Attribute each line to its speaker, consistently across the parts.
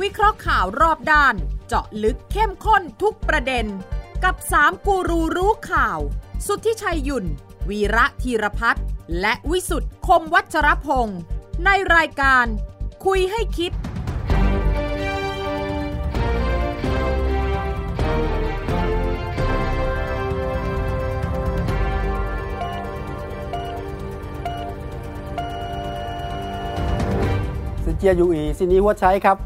Speaker 1: วิเคราะห์ข่าวรอบด้าน เจาะลึกเข้มข้นทุกประเด็น กับสามกูรูรู้ข่าว สุทธิชัยหยุ่น วีระธีรพัฒน์และวิสุทธ์คมวัชรพงศ์ในรายการ คุยให้คิด
Speaker 2: ซินเจียยูอีซินนี้หัวใช้ครับ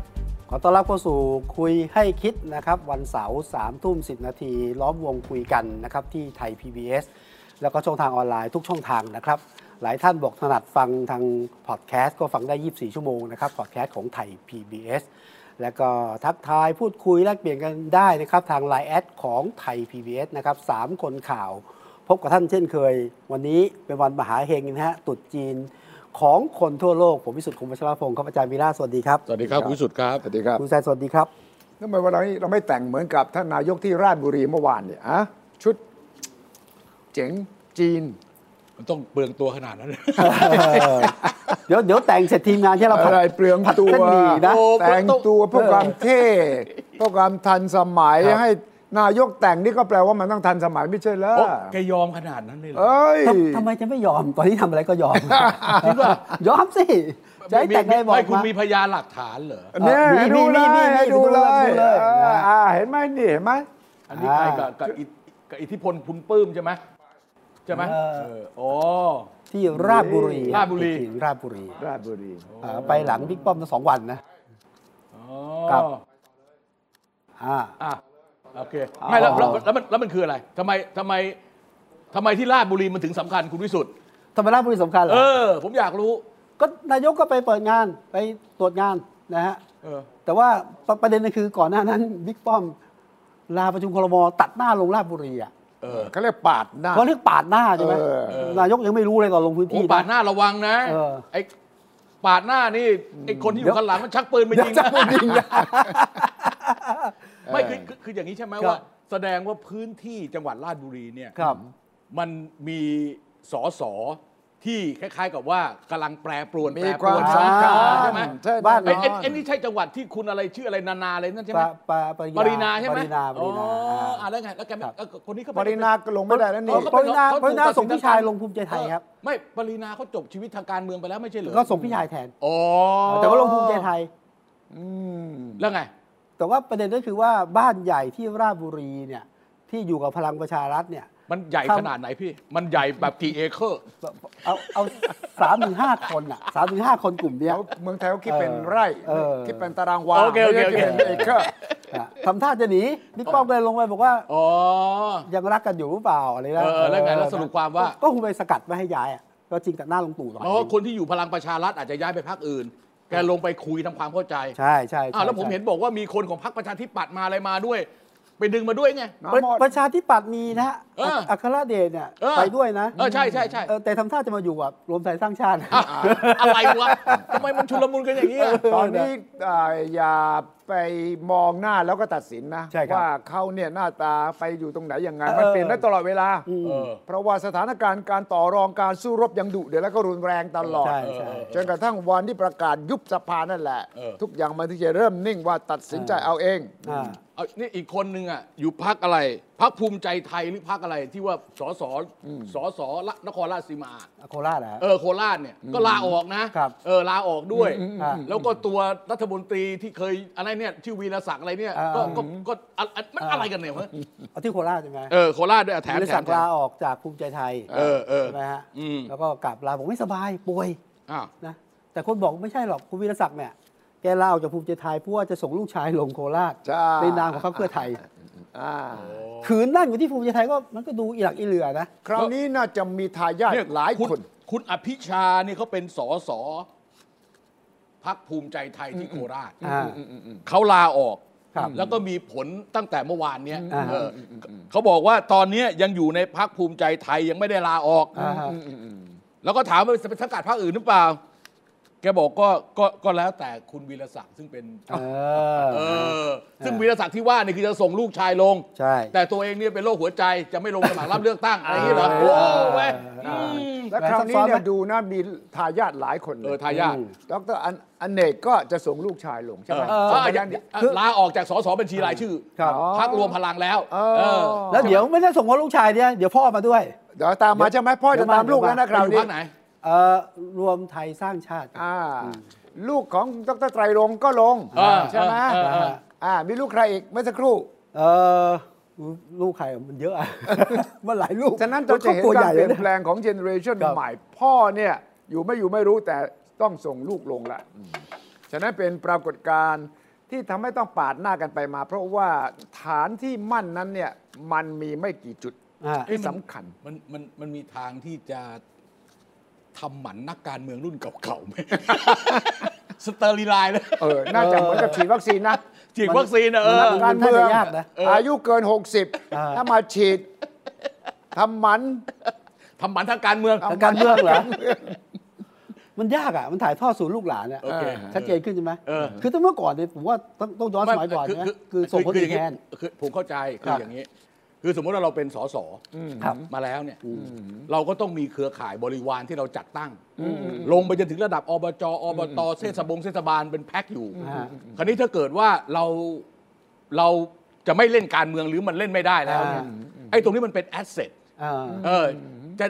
Speaker 2: ขอต้อนรับเข้าสู่คุยให้คิดนะครับ วันเสาร์สามทุ่มสินาที ล้อมวงคุยกันนะครับที่ไทย PBS แล้วก็ช่องทางออนไลน์ทุกช่องทางนะครับ หลายท่านบอกถนัดฟังทางพอดแคสต์ก็ฟังได้ 24 ชั่วโมงนะครับพอดแคสต์ของไทย PBS แล้วก็ทักทายพูดคุยแลกเปลี่ยนกันได้นะครับทาง Line แอดของไทย PBS นะครับสามคนข่าว พบกับท่านเช่นเคย วันนี้เป็นวันมหาเฮงนะฮะตรุษจีนของคนทั่วโลก ผมวิสุทธิ์คงวัชรพงศ์ครับอาจารย์วีระสวัสดีครับ
Speaker 3: สวัสดีครับคุณวิสุทธิ์ครับ
Speaker 4: สวัสดีครับ
Speaker 2: คุณแซนสวัสดีครับ
Speaker 4: ทำไมวันนี้เราไม่แต่งเหมือนกับท่านนายกที่ราชบุรีเมื่อวานเนี่ยอะชุดเจ๋งจีน
Speaker 3: มันต้องเปลืองตัวขนาดนั้น
Speaker 2: เดี๋ยวเดี๋ยวแต่งเสร็จทีมงานที่เราผัด
Speaker 4: อะไรเปลือง
Speaker 2: ผัด
Speaker 4: ตัว
Speaker 2: เส้นหมี่นะ
Speaker 4: โอ้แต่งตัวเพื่อความเท่เพื่อความทันสมัยให้นายกแต่งนี่ก็แปลว่ามันต้องทันสมัยไม่ใช่เหรอ
Speaker 3: โอ้แกยอมขนาดนั้นเลยเหรอ
Speaker 4: เอ้ย
Speaker 2: ทำทำไมจะไม่ยอมตอนที่ทำอะไรก็ยอม คิดว่ายอมสิจะให้แต่งอะไรบอก
Speaker 3: ไม่คุณ
Speaker 2: มา
Speaker 3: มีพยานหลักฐานเหรอ
Speaker 4: เนี่ย
Speaker 2: มี
Speaker 4: ให้ดู
Speaker 2: มี
Speaker 4: เล
Speaker 2: มี
Speaker 4: ย
Speaker 2: มี
Speaker 4: ให้
Speaker 2: ดู
Speaker 4: ดู
Speaker 2: เล
Speaker 4: เลย ย
Speaker 2: ดูเลย
Speaker 4: เออ
Speaker 2: นะ
Speaker 4: อ่าเห็นไหมนี่เห็นไหม
Speaker 3: อันนี้ใครกับกับอิทกับอิทธิพลคุณปลื้มใช่ไหมใช่ไหม
Speaker 2: เออ
Speaker 3: เออโอ้
Speaker 2: ที่ราชบุรี
Speaker 3: ราชบุรี
Speaker 2: ที่ราชบุรี
Speaker 4: ราชบุรี
Speaker 2: อ่าไปหลังบิ๊กป้อมตั้งสองวันนะ
Speaker 3: อ๋อ
Speaker 2: ครับ อ่า
Speaker 3: อ่ะโอเคไม่แล้ว
Speaker 2: อ๋อ
Speaker 3: แล้วแล้วมันแล้วมันคืออะไรทำไมทำไมทำไมที่ราชบุรีมันถึงสำคัญคุณวิสุทธิ์
Speaker 2: ทำไมราชบุรีสำคัญเหรอ
Speaker 3: เออ ผมอยากรู้
Speaker 2: ก็นายกก็ไปเปิดงานไปตรวจงานนะฮะ
Speaker 3: เออ
Speaker 2: แต่ว่าปประเด็นก็คือก่อนหน้านั้นบิ๊กป้อม ลาประชุมครมตัดหน้าลงราชบุรีอ่ะ
Speaker 3: เออ
Speaker 4: เขาเรียกปาดหน้า
Speaker 2: เขาเรียกปาดหน้าใช่ไหม
Speaker 4: เออเออ
Speaker 2: นายกยังไม่รู้เลยตอนลงพื้น
Speaker 3: โอ้
Speaker 2: ที่นะ
Speaker 3: ปาดหน้าระวังนะ
Speaker 2: เออ
Speaker 3: ไอ้ปาดหน้านี่ไอ้คนที่อยู่ข้างหลังมันชักปืนมายิงนะ
Speaker 2: จริงนะ
Speaker 3: ไม่คือคือคืออย่างนี้ใช่ไหม
Speaker 2: ครับ
Speaker 3: ว่า แสดงว่าพื้นที่จังหวัดราชบุรีเนี่ย
Speaker 2: ครับ
Speaker 3: มันมีสอสอที่คล้ายๆกับว่ากำลังแปรปรวน
Speaker 4: มี
Speaker 3: แปร
Speaker 4: ค
Speaker 3: ปร
Speaker 4: วาว ม
Speaker 3: น
Speaker 2: แปรปรวน
Speaker 3: สถานกา
Speaker 4: สำ
Speaker 3: ร
Speaker 4: คัญ
Speaker 3: ณ์ใช่ไหม
Speaker 4: ใช่
Speaker 2: บ้าน
Speaker 4: แ
Speaker 3: ไอ้ไอ้ไอ้นี่ใช่จังหวัดที่คุณอะไรชื่ออะไรนานาอะไรนั่นใช่ไห
Speaker 2: ป
Speaker 3: ม
Speaker 2: ลาปลาป
Speaker 3: ปรินาใช่ไหม
Speaker 2: ปรินาป
Speaker 3: อ๋อ
Speaker 2: รินา
Speaker 3: อ่ะแล้วไงแล้วแกไม่เอ้าคนนี้เขา
Speaker 4: ปรินาก็ลงไม่ได้แล้วนี่
Speaker 3: เข
Speaker 2: ปรินา
Speaker 3: เข
Speaker 2: ปรินา
Speaker 3: ถูกตัด
Speaker 2: ส่ง
Speaker 3: ท
Speaker 2: พี่
Speaker 3: งก
Speaker 2: ชาย
Speaker 3: ร
Speaker 2: ลงภูมิใจไทยครับ
Speaker 3: เออไม่ปรินาเขาจบชีวิตทางการเมืองไปแล้วไม่ใช่เหรอ
Speaker 2: ก็ส่งพี่ชายแทน
Speaker 3: อ๋อ
Speaker 2: แต่ว่าลงภูมิใจไทย
Speaker 4: อืม
Speaker 3: แล้วไง
Speaker 2: แต่ว่าประเด็นก็คือว่าบ้านใหญ่ที่ราชบุรีเนี่ยที่อยู่กับพลังประชารัฐเนี่ย
Speaker 3: มันใหญ่
Speaker 2: ครับ
Speaker 3: ขนาดไหนพี่ มันใหญ่แบบกี่เอเคอร์
Speaker 2: เอาเอาสามถึงห้าคนอ่ะสามถึงห้าคนกลุ่มเนี้ย
Speaker 4: เขาเมืองไทยเขาคิดเป็น
Speaker 2: เออ
Speaker 4: ไร่
Speaker 2: เออ
Speaker 4: คิดเป็นตารางวา
Speaker 3: โอเคโอเค
Speaker 4: ไม่ได้
Speaker 3: โอเค
Speaker 4: คิดเป็นเอเคอร์
Speaker 2: อ่ะทำท่าจะหนีบิ๊กป้อมเลยลงไปบอกว่า
Speaker 3: อ๋อ
Speaker 2: ยังรักกันอยู่หรือเปล่าอะไรนะ
Speaker 3: เออเออแล้วไงแล้วสรุปความว่า
Speaker 2: ก็คงไปสกัดไม่ให้ย้ายอ่ะก็จริงแต่หน้าลงตู่หน่อย
Speaker 3: เพราะว่าคนที่อยู่พลังประชารัฐอาจจะย้ายไปพรรคอื่น แกลงไปคุยทำความเข้าใจ
Speaker 2: ใช่ใช่ใช่
Speaker 3: อ้าวแล้วผมเห็นบอกว่ามีคนของพรรคประชาธิปัตย์มาอะไรมาด้วย ไปดึงมาด้วยไง
Speaker 4: น้อง
Speaker 2: ประ
Speaker 4: มอด
Speaker 2: ประชาธิปัตย์มีนะ
Speaker 3: เอออั
Speaker 2: อัครเดชเนี่ย
Speaker 3: เออ
Speaker 2: ไปด้วยนะ
Speaker 3: เออใช่ใช่ใช่
Speaker 2: เออแต่ทำท่าจะมาอยู่กับรวมไทยสร้างชาติ
Speaker 3: อ้าวอะไรวะทำไมมันชุลมุนกันอย่างนี้อะ
Speaker 4: ตอนนี้เอ่ออย่าไปมองหน้าแล้วก็ตัดสินนะ
Speaker 2: ใช่ครับ
Speaker 4: ว่าเขาเนี่ยหน้าตาไปอยู่ตรงไหนยังไง
Speaker 2: เออ
Speaker 4: มันเปลี่ยนได้ตลอดเวลา
Speaker 3: เออ
Speaker 4: เพราะว่าสถานการณ์การต่อรองการสู้รบยังดุเดือดแล้วก็รุนแรงตลอด
Speaker 2: ใช่ใช่
Speaker 4: จนกระทั่งวันที่ประกาศยุบสภานั่นแหละ
Speaker 3: เออ
Speaker 4: ทุกอย่างมันถึงจะเริ่มนิ่งว่าตัดสินใจ
Speaker 2: เออ
Speaker 4: เอาเอง
Speaker 2: อ่า
Speaker 3: เอานี่อีกคนนึงอ่ะอยู่พรรคอะไรพรรคภูมิใจไทยหรือพรรคอะไรที่ว่าสสสสละนครราชสีมา
Speaker 2: โคราชนะ
Speaker 3: เออโคราชเนี่ยก็ลาออกนะครับ เออลาออกด้วย
Speaker 2: อืมอืมอืม
Speaker 3: แล้วก็ตัวรัฐมนตรีที่เคยอะไรเนี่ยชื่อวีรศักดิ์อะไรเนี่ย
Speaker 2: อ่า
Speaker 3: ก็ก็ก็อะอะมันอะไรกันเนี่ยวะ
Speaker 2: เอาที่โคราชใช่ไหม
Speaker 3: เออโคราชด้วยอ่ะแถม
Speaker 2: บริ
Speaker 3: แถ
Speaker 2: ษั
Speaker 3: ม
Speaker 2: ทลาออกจากภูมิใจไทย
Speaker 3: เออเออ
Speaker 2: ใช่ไหมฮะ
Speaker 3: อืม
Speaker 2: แล้วก็กลับลาบอกไม่สบายป่วย
Speaker 3: อ้าว
Speaker 2: นะแต่คนบอกไม่ใช่หรอกคุณวีรศักดิ์เนี่ยแกลาออกจากภูมิใจไทยเพราะว่าจะส่งลูกชายลงโคราช
Speaker 4: ใช่
Speaker 2: ในนามของพรรคเพื่อไทย
Speaker 4: อ่า
Speaker 2: ขืนนั่นอยู่ที่ภูมิใจไทยก็มันก็ดูอีหลักอีเหลือนะ
Speaker 4: คราวนี้น่าจะมีทายาท
Speaker 3: เนี่ย
Speaker 4: หลาย
Speaker 3: คุณ
Speaker 4: คน
Speaker 3: คุณอภิชาเนี่ยเขาเป็นสสพักภูมิใจไทยที่โคราช
Speaker 2: อ่า
Speaker 3: เขาลาออก
Speaker 2: ครับ
Speaker 3: แล้วก็มีผลตั้งแต่เมื่อวานเนี่ย
Speaker 2: อ่า
Speaker 3: เออเขาบอกว่าตอนเนี้ยยังอยู่ในพักภูมิใจไทยยังไม่ได้ลาออก
Speaker 2: อ่าฮะ
Speaker 3: แล้วก็ถามว่าไปสังกัดพรรคอื่นหรือเปล่า แกบอกก็ก็ก็แล้วแต่คุณวีรศักดิ์ซึ่งเป็น
Speaker 2: เออ
Speaker 3: เออ ซึ่งวีรศักดิ์ที่ว่านี่คือจะส่งลูกชายลง
Speaker 2: ใช่
Speaker 3: แต่ตัวเองเนี่ยเป็นโรคหัวใจจะไม่ลงสมัครรับเลือกตั้งอะไรอย่างเงี้ยเหรอ
Speaker 2: เออ
Speaker 3: โอ้เว้ยอืม
Speaker 4: และคราวนี้เนี่ยดูนะมีทายาทหลายคนเล
Speaker 3: เอย อทายาท
Speaker 4: ดรอันอันเนกก็จะส่งลูกชายลงใช่ไหม
Speaker 3: เออ
Speaker 4: ส่งไป
Speaker 3: อย่า
Speaker 4: ด้าน
Speaker 3: อ
Speaker 4: เดี
Speaker 3: ย่าว เออลาออกจากสสบัญชีรายชื่อ
Speaker 2: ครับ
Speaker 3: พักรวมพลังแล้ว
Speaker 4: เออ
Speaker 3: เออ
Speaker 2: แล้วเดี๋ยวไม่ได้ส่งว่าลูกชายเนี่ยเดี๋ยวพ่อมาด้วย
Speaker 4: เดี๋ยวตามมาใช่ไหมพ่อ
Speaker 2: เดี๋ยว
Speaker 4: จะ
Speaker 2: มา
Speaker 4: ตามลูกแล้วนะ
Speaker 2: เดี๋ยวมา
Speaker 4: คราว
Speaker 3: อยู่
Speaker 4: นี้
Speaker 3: พักไหน
Speaker 2: เออรวมไทยสร้างชาติ
Speaker 4: อ่าลูกของดรไตรรงค์ก็ลง
Speaker 3: เออ
Speaker 4: ใช่ไหม
Speaker 3: เออเออเออ
Speaker 4: อ่ามีลูกใครอีกเมื่อสักครู่
Speaker 2: เออลูกใครอะมันเยอะอะ มันหลายลูก
Speaker 4: ฉะนั้นเราจะเห็น
Speaker 2: ตัว
Speaker 4: การ
Speaker 2: ใหญ่
Speaker 4: เปลี่ยน
Speaker 2: นะ
Speaker 4: แปลงของเจเนอเรชัน
Speaker 2: ครับ
Speaker 4: ใหม่พ่อเนี่ยอยู่ไม่อยู่ไม่รู้แต่ต้องส่งลูกลงละฉะนั้นเป็นปรากฏการณ์ที่ทำให้ต้องปาดหน้ากันไปมา เพราะว่าฐานที่มั่นนั้นเนี่ยมันมีไม่กี่จุด
Speaker 2: อ่า
Speaker 4: ที่สำคัญ
Speaker 3: มันมันมันมีทางที่จะทำหมันนักการเมืองรุ่นเก่าๆไหม สเตอร์ลีไลน์เลย
Speaker 4: เออ น่าจะเหมือนกับฉีดวัคซีนนะ
Speaker 3: ฉีดวัคซีนอะเออ
Speaker 4: มัการ
Speaker 2: มัน
Speaker 4: เมือง
Speaker 2: น่าจะยากนะ
Speaker 4: อายุเกิน
Speaker 2: อ่า
Speaker 4: 60 ถ้ามาฉีดทำหมัน
Speaker 3: ทำหมันทางการเมือง
Speaker 2: ทางการเมืองเหรอ มันยากอ่ะ มันถ่ายทอดสู่ลูกหลานอ่ะ
Speaker 3: โอเค
Speaker 2: ชัดเจนขึ้นใช่ไหม
Speaker 3: เออ
Speaker 2: คือตั้งเมื่อก่อนเนี่ยผมว่าต้องต้องย้อนสมัยก่อน
Speaker 3: ไ
Speaker 2: นะคือส่งคน
Speaker 3: อ
Speaker 2: อื่
Speaker 3: ย่าน
Speaker 2: แท
Speaker 3: งงี้
Speaker 2: น
Speaker 3: คือผมเข้าใจ
Speaker 2: ค
Speaker 3: คื
Speaker 2: รั
Speaker 3: อบ อย่างนี้ คือสมมติว่าเราเป็นสส
Speaker 2: ครับ
Speaker 3: มาแล้วเนี่ยเราก็ต้องมีเครือข่ายบริวารที่เราจัดตั้ง ลงไปจนถึงระดับอบจอบตเทศบงเทศบาลเป็นแพ็คอยู่
Speaker 2: อ่า
Speaker 3: คราวนี้ถ้าเกิดว่าเราเราจะไม่เล่นการเมืองหรือมันเล่นไม่ได้แล้วเนี่ย
Speaker 2: อ่า
Speaker 3: ไอ้ตรงนี้มันเป็นแอสเซท
Speaker 2: เออ
Speaker 3: เออจะ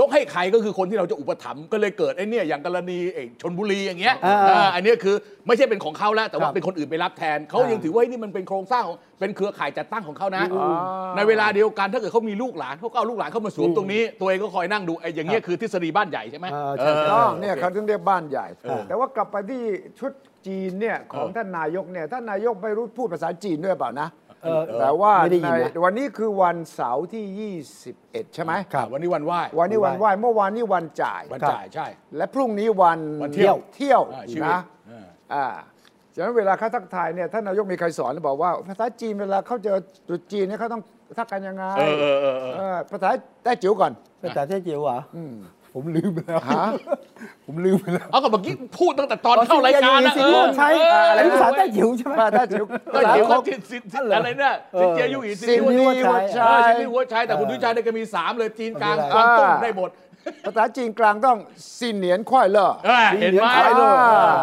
Speaker 3: ยกให้ใครก็คือคนที่เราจะอุปถัมภ์ก็เลยเกิดไอ้เนี่ยอย่างกรณีไอ้ชนบุรีอย่างเงี้ย
Speaker 2: อ่า
Speaker 3: เอออันเนี้ยคือไม่ใช่เป็นของเขาแล้วแต่
Speaker 2: ค
Speaker 3: ว่า
Speaker 2: รับ
Speaker 3: เป็นคนอื่นไปรับแทนเขายัง
Speaker 2: อ่า
Speaker 3: ถือว่านี่มันเป็นโครงสร้างของเป็นเครือข่ายจัดตั้งของเขานะ
Speaker 2: อืม
Speaker 3: ในเวลาเดียวกันถ้าเกิดเขามีลูกหลานเขาก็เอาลูกหลานเข้ามาสวมตรงนี้ ตัวเองก็คอยนั่งดูไอ้อย่างเงี้ยคือทฤษฎีบ้านใหญ่ใช่ไหม
Speaker 2: อ่าใช่
Speaker 3: เออ
Speaker 4: ต้องเนี่ยเขาถึงเรียกบ้านใหญ่
Speaker 2: เออ
Speaker 4: แต่ว่ากลับไปที่ชุดจีนเนี่ยของ
Speaker 3: เออ
Speaker 4: ท่านนายกเนี่ยท่านนายกไม่รู้พูดภาษาจีนด้วยเปล่านะ
Speaker 2: เออ
Speaker 4: แต่ว่า
Speaker 2: ไม่ได้ยิน
Speaker 4: ใน
Speaker 2: นะ
Speaker 4: วันนี้คือวันเสาร์ที่ 21 ใช่ไหม
Speaker 2: ครับ
Speaker 3: วันนี้วันไหว้
Speaker 4: วันนี้วันไหว้เมื่อวานนี้วันจ่าย
Speaker 3: วันจ่ายใช่
Speaker 4: และพรุ่งนี้วัน
Speaker 3: วันเที่ยว
Speaker 4: เที่ยว
Speaker 3: อ่าชีวิต
Speaker 4: นะ
Speaker 3: เออ
Speaker 4: อ่าฉะนั้นเวลาเขาทักทายเนี่ยท่านนายกมีใครสอนบอกว่า ภาษาจีนเวลาเขาเจอตรุษจีนเนี่ยเขาต้องทักกันยังไง
Speaker 3: เออเออเออเออ
Speaker 4: เออภาษาแต้จิ๋วก่อน
Speaker 2: ภาษาเจ๊เจียวเหรออผมลืมไปแล้ว
Speaker 4: ฮะ
Speaker 2: ผมลืมไปแล้ว
Speaker 3: เอากับเมื่อกี้พูดตั้งแต่ตอนเข้ารายกา
Speaker 2: ต
Speaker 3: ร
Speaker 2: อน
Speaker 3: นะ
Speaker 2: ที่
Speaker 3: เอ
Speaker 2: เรีอ
Speaker 3: อน
Speaker 2: ยู่ในสิงคโปร์ใช่
Speaker 3: เออ
Speaker 2: อันนี้ภาษาเจ๊เจียวใช่ไหม
Speaker 4: ภาษาแต้จิ๋ว
Speaker 3: ก็เดี๋ยวเขาจิตสิทธิ์อะไรเนี่ย
Speaker 2: เออ
Speaker 3: สินเจียยู่อีสิน
Speaker 4: สิน
Speaker 3: เจียยู่อี
Speaker 4: นี
Speaker 2: วั
Speaker 4: วั
Speaker 2: ช
Speaker 4: ช
Speaker 2: ชั
Speaker 3: ใช่
Speaker 4: ชัย
Speaker 3: ใช่นี่หัวใช้แต่คุณดุชัยเนี่ยก็มี 3 เลยจีนกลางกวางตุ้งได้หมด
Speaker 4: ภาษาจีนกลางต้องสินเหนียนควายเลอ
Speaker 3: เออเห็นไหม
Speaker 2: ควายเหรอ
Speaker 4: อ่า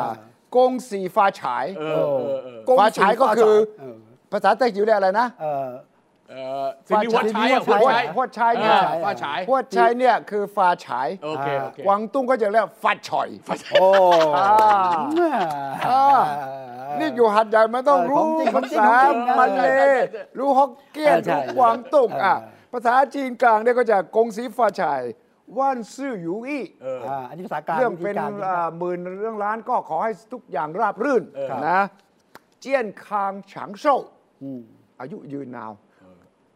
Speaker 4: กงสีฟ้าฉาย
Speaker 3: เออเออเออ
Speaker 4: ฟ้าฉายก็คือ
Speaker 2: เอ
Speaker 4: ภาษาแต้จิ๋วเรียกอะไรนะ
Speaker 2: เออ
Speaker 3: เออสิริวัฒน์ใช้อะ
Speaker 2: ฟ้า
Speaker 3: หัว
Speaker 4: ฮว
Speaker 2: ฉา
Speaker 4: ด
Speaker 3: ใช้
Speaker 2: ย
Speaker 4: ฮวดชัยเนี่ย
Speaker 3: ฟ้าฉาย
Speaker 4: ฮวดชัยเนี่ยคือฟ้าฉาย
Speaker 3: โอเคโอเค
Speaker 4: กวางตุ้งก็จะเรียกฟ้าฉอย
Speaker 2: โอ้
Speaker 4: อ่า
Speaker 2: อ่า
Speaker 4: นี่อยู่หัดใหญ่มันต้องรู้
Speaker 2: เออของ
Speaker 4: ภา
Speaker 2: จริง
Speaker 4: ษา
Speaker 2: ของจริงนะ
Speaker 4: มาเลย์รู้ฮอกเกี้ยน
Speaker 2: ใช่
Speaker 4: รู้กวางตุ้ง
Speaker 2: เอออ่
Speaker 4: อ่ะภาษาจีนกลางเนี่ยก็จะกงสีฟ้าฉายว่านซื่อหยูอี้
Speaker 3: เออ
Speaker 2: อ่าอันนี้ภาษากลาง
Speaker 4: เรื่องเป็น
Speaker 2: วิธีการ
Speaker 4: อ่าหมื่นเรื่องล้านก็ขอให้ทุกอย่างราบรื่นนะ เจียนคางฉางโซ่อายุยืนนาว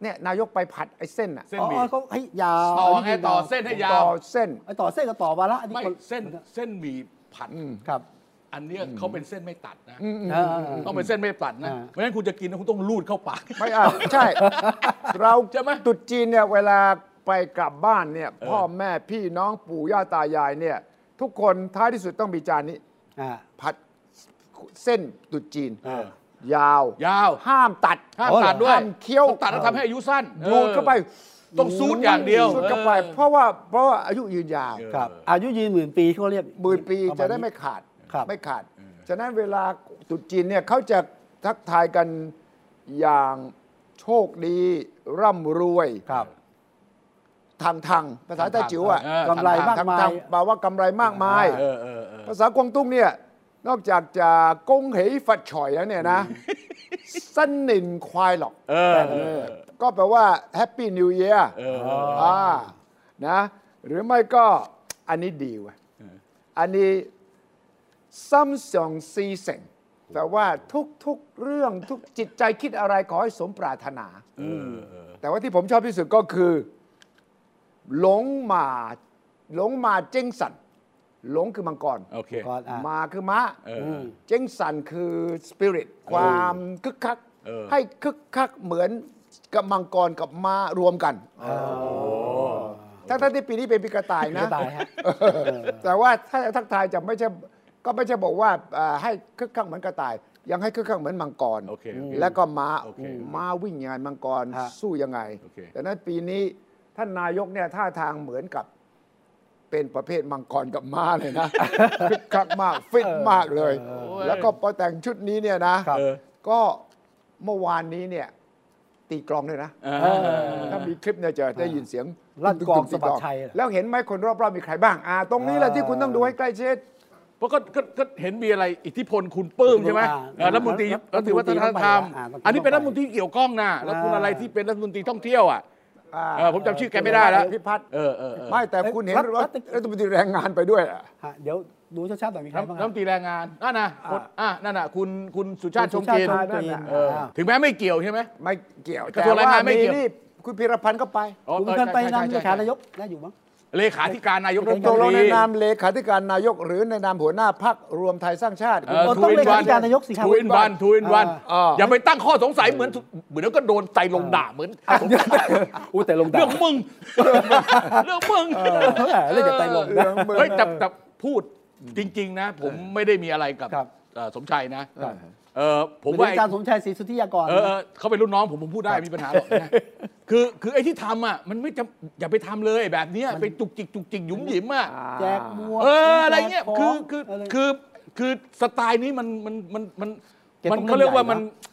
Speaker 4: เนี่ยนายกไปผัดไอ้เส้นอะ
Speaker 3: เส้น
Speaker 2: อ๋อ
Speaker 3: หมี่
Speaker 2: เขาให้ยา
Speaker 3: ต่อให้ต่อเส้นให้ยา
Speaker 4: ต่
Speaker 3: ว
Speaker 4: อเส้น
Speaker 2: ไอ้ต่อเส้นกับต่อวาระอันนี้
Speaker 3: ไม่
Speaker 2: คน
Speaker 3: เส้นเส้นหมี่ผัด
Speaker 2: ครับ
Speaker 3: อันเนี้ยเขาเป็นเส้นไม่ตัดนะ
Speaker 2: อ่า
Speaker 3: ต้องเป็นเส้นไม่ตัดนะ
Speaker 2: อ่า
Speaker 3: เพราะฉะนั้นคุณจะกินนะคุณต้องลูดเข้าปาก
Speaker 4: ไม่อ่ะใช่ เรา
Speaker 3: ใช่ไหม
Speaker 4: ตรุดจีนเนี่ยเวลาไปกลับบ้านเนี่ยพ่อแม่พี่น้องปู่ย่าตายายเนี่ย ทุกคนท้ายที่สุดต้องมีจานนี้
Speaker 2: อ่า
Speaker 4: ผัดเส้นตรุดจีน
Speaker 2: เออ
Speaker 4: ยาว
Speaker 3: ยาว
Speaker 4: ห้ามตัด
Speaker 3: ห้ามตัดด้วย
Speaker 4: ห้ามเคี้ยว
Speaker 3: ถ้าตัดแล้วทำให้อายุสั้น
Speaker 4: ดูดเข้าไป
Speaker 3: ต้องซูดอย่างเดียว
Speaker 4: สุดกับไป
Speaker 3: เออ
Speaker 4: เพราะว่าเพราะว่าอายุยืนยาว
Speaker 2: ครับอายุยืนหมื่นปีที่เขาเรียก
Speaker 4: หมื่นปี
Speaker 2: รมาณ
Speaker 4: จะได้ไม่ขาด
Speaker 2: ครับ
Speaker 4: ไม่ขาด ฉะนั้นเวลาตรุษจีนเนี่ยเขาจะทักทายกันอย่างโชคดี ร่ำรวย
Speaker 2: ครับ
Speaker 4: ทางทางภาษาไต้จิ๋วอ่ะ
Speaker 3: เออก
Speaker 2: ำไรมาก
Speaker 4: ทาง
Speaker 2: มาย
Speaker 4: ทางแปลว่ากำไรมากมาย
Speaker 3: เออเออเออ
Speaker 4: ภาษากวางตุ้งเนี่ยนอกจากจะกงเหยฝัดฉอยแล้วเนี่ยนะสั้นหนินควายหรอก
Speaker 3: เออเออ
Speaker 4: ก็แปลว่าแฮปปี้นิวเยียร์
Speaker 3: เออเออ
Speaker 4: อ่านะหรือไม่ก็อันนี้ดีเว่ะอันนี้ซัมซุงซีเซงแต่ว่าทุกๆเรื่องทุกจิตใจคิดอะไรขอให้สมปรารถนา แต่ว่าที่ผมชอบที่สุดก็คือ หลงหมาหลงหมาเจ้งสันหลงคือมังกร
Speaker 3: โอเค
Speaker 2: ก่อนอ่ะ
Speaker 4: หมาคือม้า
Speaker 3: เออ
Speaker 2: ม
Speaker 4: เจ้งสันคือสปิริตความคึกคัก
Speaker 3: เออ
Speaker 4: ให้คึกคักเหมือนกับมังกรกับม้ารวมกัน ทั้งๆที่ปีนี้เป็นปีกระต่ายนะ
Speaker 2: กระต่ายฮะ
Speaker 4: แต่ว่าถ้าจะทักทายจะไม่ใช่ ก็ไม่ใช่บอกว่าเอ่อให้คึกคักเหมือนกระต่าย ยังให้คึกคักเหมือนมังกร
Speaker 3: โอเคโอเค
Speaker 4: แล้วก็ม้า
Speaker 3: โอเค
Speaker 4: ม้าวิ่งยังไงมังกร
Speaker 2: ฮะ
Speaker 4: สู้ยังไง
Speaker 3: โอเค
Speaker 4: ดังนั้นปีนี้ท่านนายกเนี่ยท่าทางเหมือนกับเป็นประเภทมังกรกับม้าเลยนะ คึกคักมากฟิตมากเลย แล้วก็พอแต่งชุดนี้เนี่ยนะ
Speaker 2: ครับ
Speaker 3: เออ
Speaker 4: ก็เมื่อวานนี้เนี่ย ตีกลองด้วยนะ
Speaker 3: เออ
Speaker 4: ถ้ามีคลิปเนี่ยจะได้ยินเสียง
Speaker 2: ลั่นกลอง
Speaker 4: ตุ้มๆตุ้มๆ
Speaker 2: สะบัดชัยเหรอ
Speaker 4: แล้วเห็นไหมคนรอบๆมีใครบ้างอ่าตรงนี้แหละที่คุณต้องดูให้ใกล้ชิด
Speaker 3: เพราะก็ก็ก็เห็นมีอะไรอิทธิพลคุณปลื้มใช่ไหม
Speaker 2: อ่า
Speaker 3: เอ่อรัฐมนตรี
Speaker 2: รั
Speaker 3: รั
Speaker 2: ฐ
Speaker 3: ฐ
Speaker 2: ม
Speaker 3: ม
Speaker 2: น
Speaker 3: น
Speaker 2: ต
Speaker 3: ต
Speaker 2: รี
Speaker 3: รีวัฒนธรรม
Speaker 2: อ่ารัฐมนตรี
Speaker 3: อันนี้เป็นรัฐมนตรีเกี่ยวข้องนะ
Speaker 2: อ่า
Speaker 3: แล้วคุณอะไรที่เป็นรัฐมนตรีท่องเที่ยวอ่ะ
Speaker 4: อ่า
Speaker 3: เออผมจำชื่อแกไม่ได้แล้ว
Speaker 4: พิพัฒน์
Speaker 3: เออเออเออ
Speaker 4: ไม่แต่คุณเห็น
Speaker 2: รัฐ
Speaker 4: ว่า
Speaker 2: รัฐ
Speaker 4: รัฐมนตรีแรงงานไปด้วยอ่ะ
Speaker 2: ฮะเดี๋ยวดูชัดๆหน่อยมีใคร
Speaker 3: รัฐ
Speaker 2: บ้างค
Speaker 3: รัฐ
Speaker 2: รับ
Speaker 3: มนตรีแรงงานนั่นนะคนอ่ะนั่นน่ะคุณคุณสุชาติชมกลิน
Speaker 2: คุณสุชาติชมกลิน
Speaker 4: อ่า
Speaker 3: เออ
Speaker 2: อ่า
Speaker 3: ถึงแม้ไม่เกี่ยวใช่ไหม
Speaker 4: ไม่เกี่ยว
Speaker 3: กระทรวงแรงงานไม่เกี่ยว
Speaker 4: นี่คุณพิรพันธ์ก็ไป
Speaker 3: อ๋อ
Speaker 2: คุณ
Speaker 3: เออ
Speaker 2: เคยไป
Speaker 3: ใช่
Speaker 2: นั่งเล
Speaker 3: ใช่ใช่
Speaker 2: ขานายกน่าอยู่มั้ง
Speaker 3: เลขาธิการนายกรัฐม
Speaker 4: ตกลง
Speaker 3: นต
Speaker 4: ใน
Speaker 3: รี
Speaker 4: นามเลขาธิการนายกหรือในนามหัวหน้าพักรวมไทยสร้างชาติ
Speaker 3: เออ
Speaker 2: โอ้
Speaker 3: ทู
Speaker 2: ต้อง
Speaker 3: อิน
Speaker 2: เล
Speaker 3: วั
Speaker 2: ขาน ธิการนายกสิครับ
Speaker 3: ทูอินวันทูอินวัน
Speaker 4: เอ่อ
Speaker 3: อย่าไปตั้งข้อสงสัยเหมือนเหมือนแล้วก็โดนใจลงด่าเหมือน
Speaker 2: อู้แต่ลงดา
Speaker 3: เรื่องมึงเรื่องมึง
Speaker 2: เออเล่นแต่ไตลงนะ
Speaker 3: เฮ้ยแต่แต่พูดจริง ๆ นะ ผมไม่ได้มีอะไรกับ
Speaker 2: ครับ
Speaker 3: เอ่อสมชัยนะครับ เออผม
Speaker 2: เป็น
Speaker 3: ว่า
Speaker 2: อาจารย์สมชายศรีสุทธิยากร
Speaker 3: เออเออเขาเป็นรุ่นน้องผมผมพูดได้มีปัญหาหรอกนะคือคือไอ้ที่ทำอ่ะมันไม่จะอย่าไปทำเลยแบบเนี้ยไปจุกจิกจุกจิกหยุมหยิมอ่ะ
Speaker 4: อ่า
Speaker 2: แจกมัวก
Speaker 3: เอออะไรเงี้ย
Speaker 2: แจกข
Speaker 3: คือง คือะไร คือคือสไตล์นี้มันมันมันมัน
Speaker 2: แกต้
Speaker 3: มั
Speaker 2: อน ง
Speaker 3: เขาเรียกว่า
Speaker 2: เล่
Speaker 3: มัน
Speaker 2: นใหญ่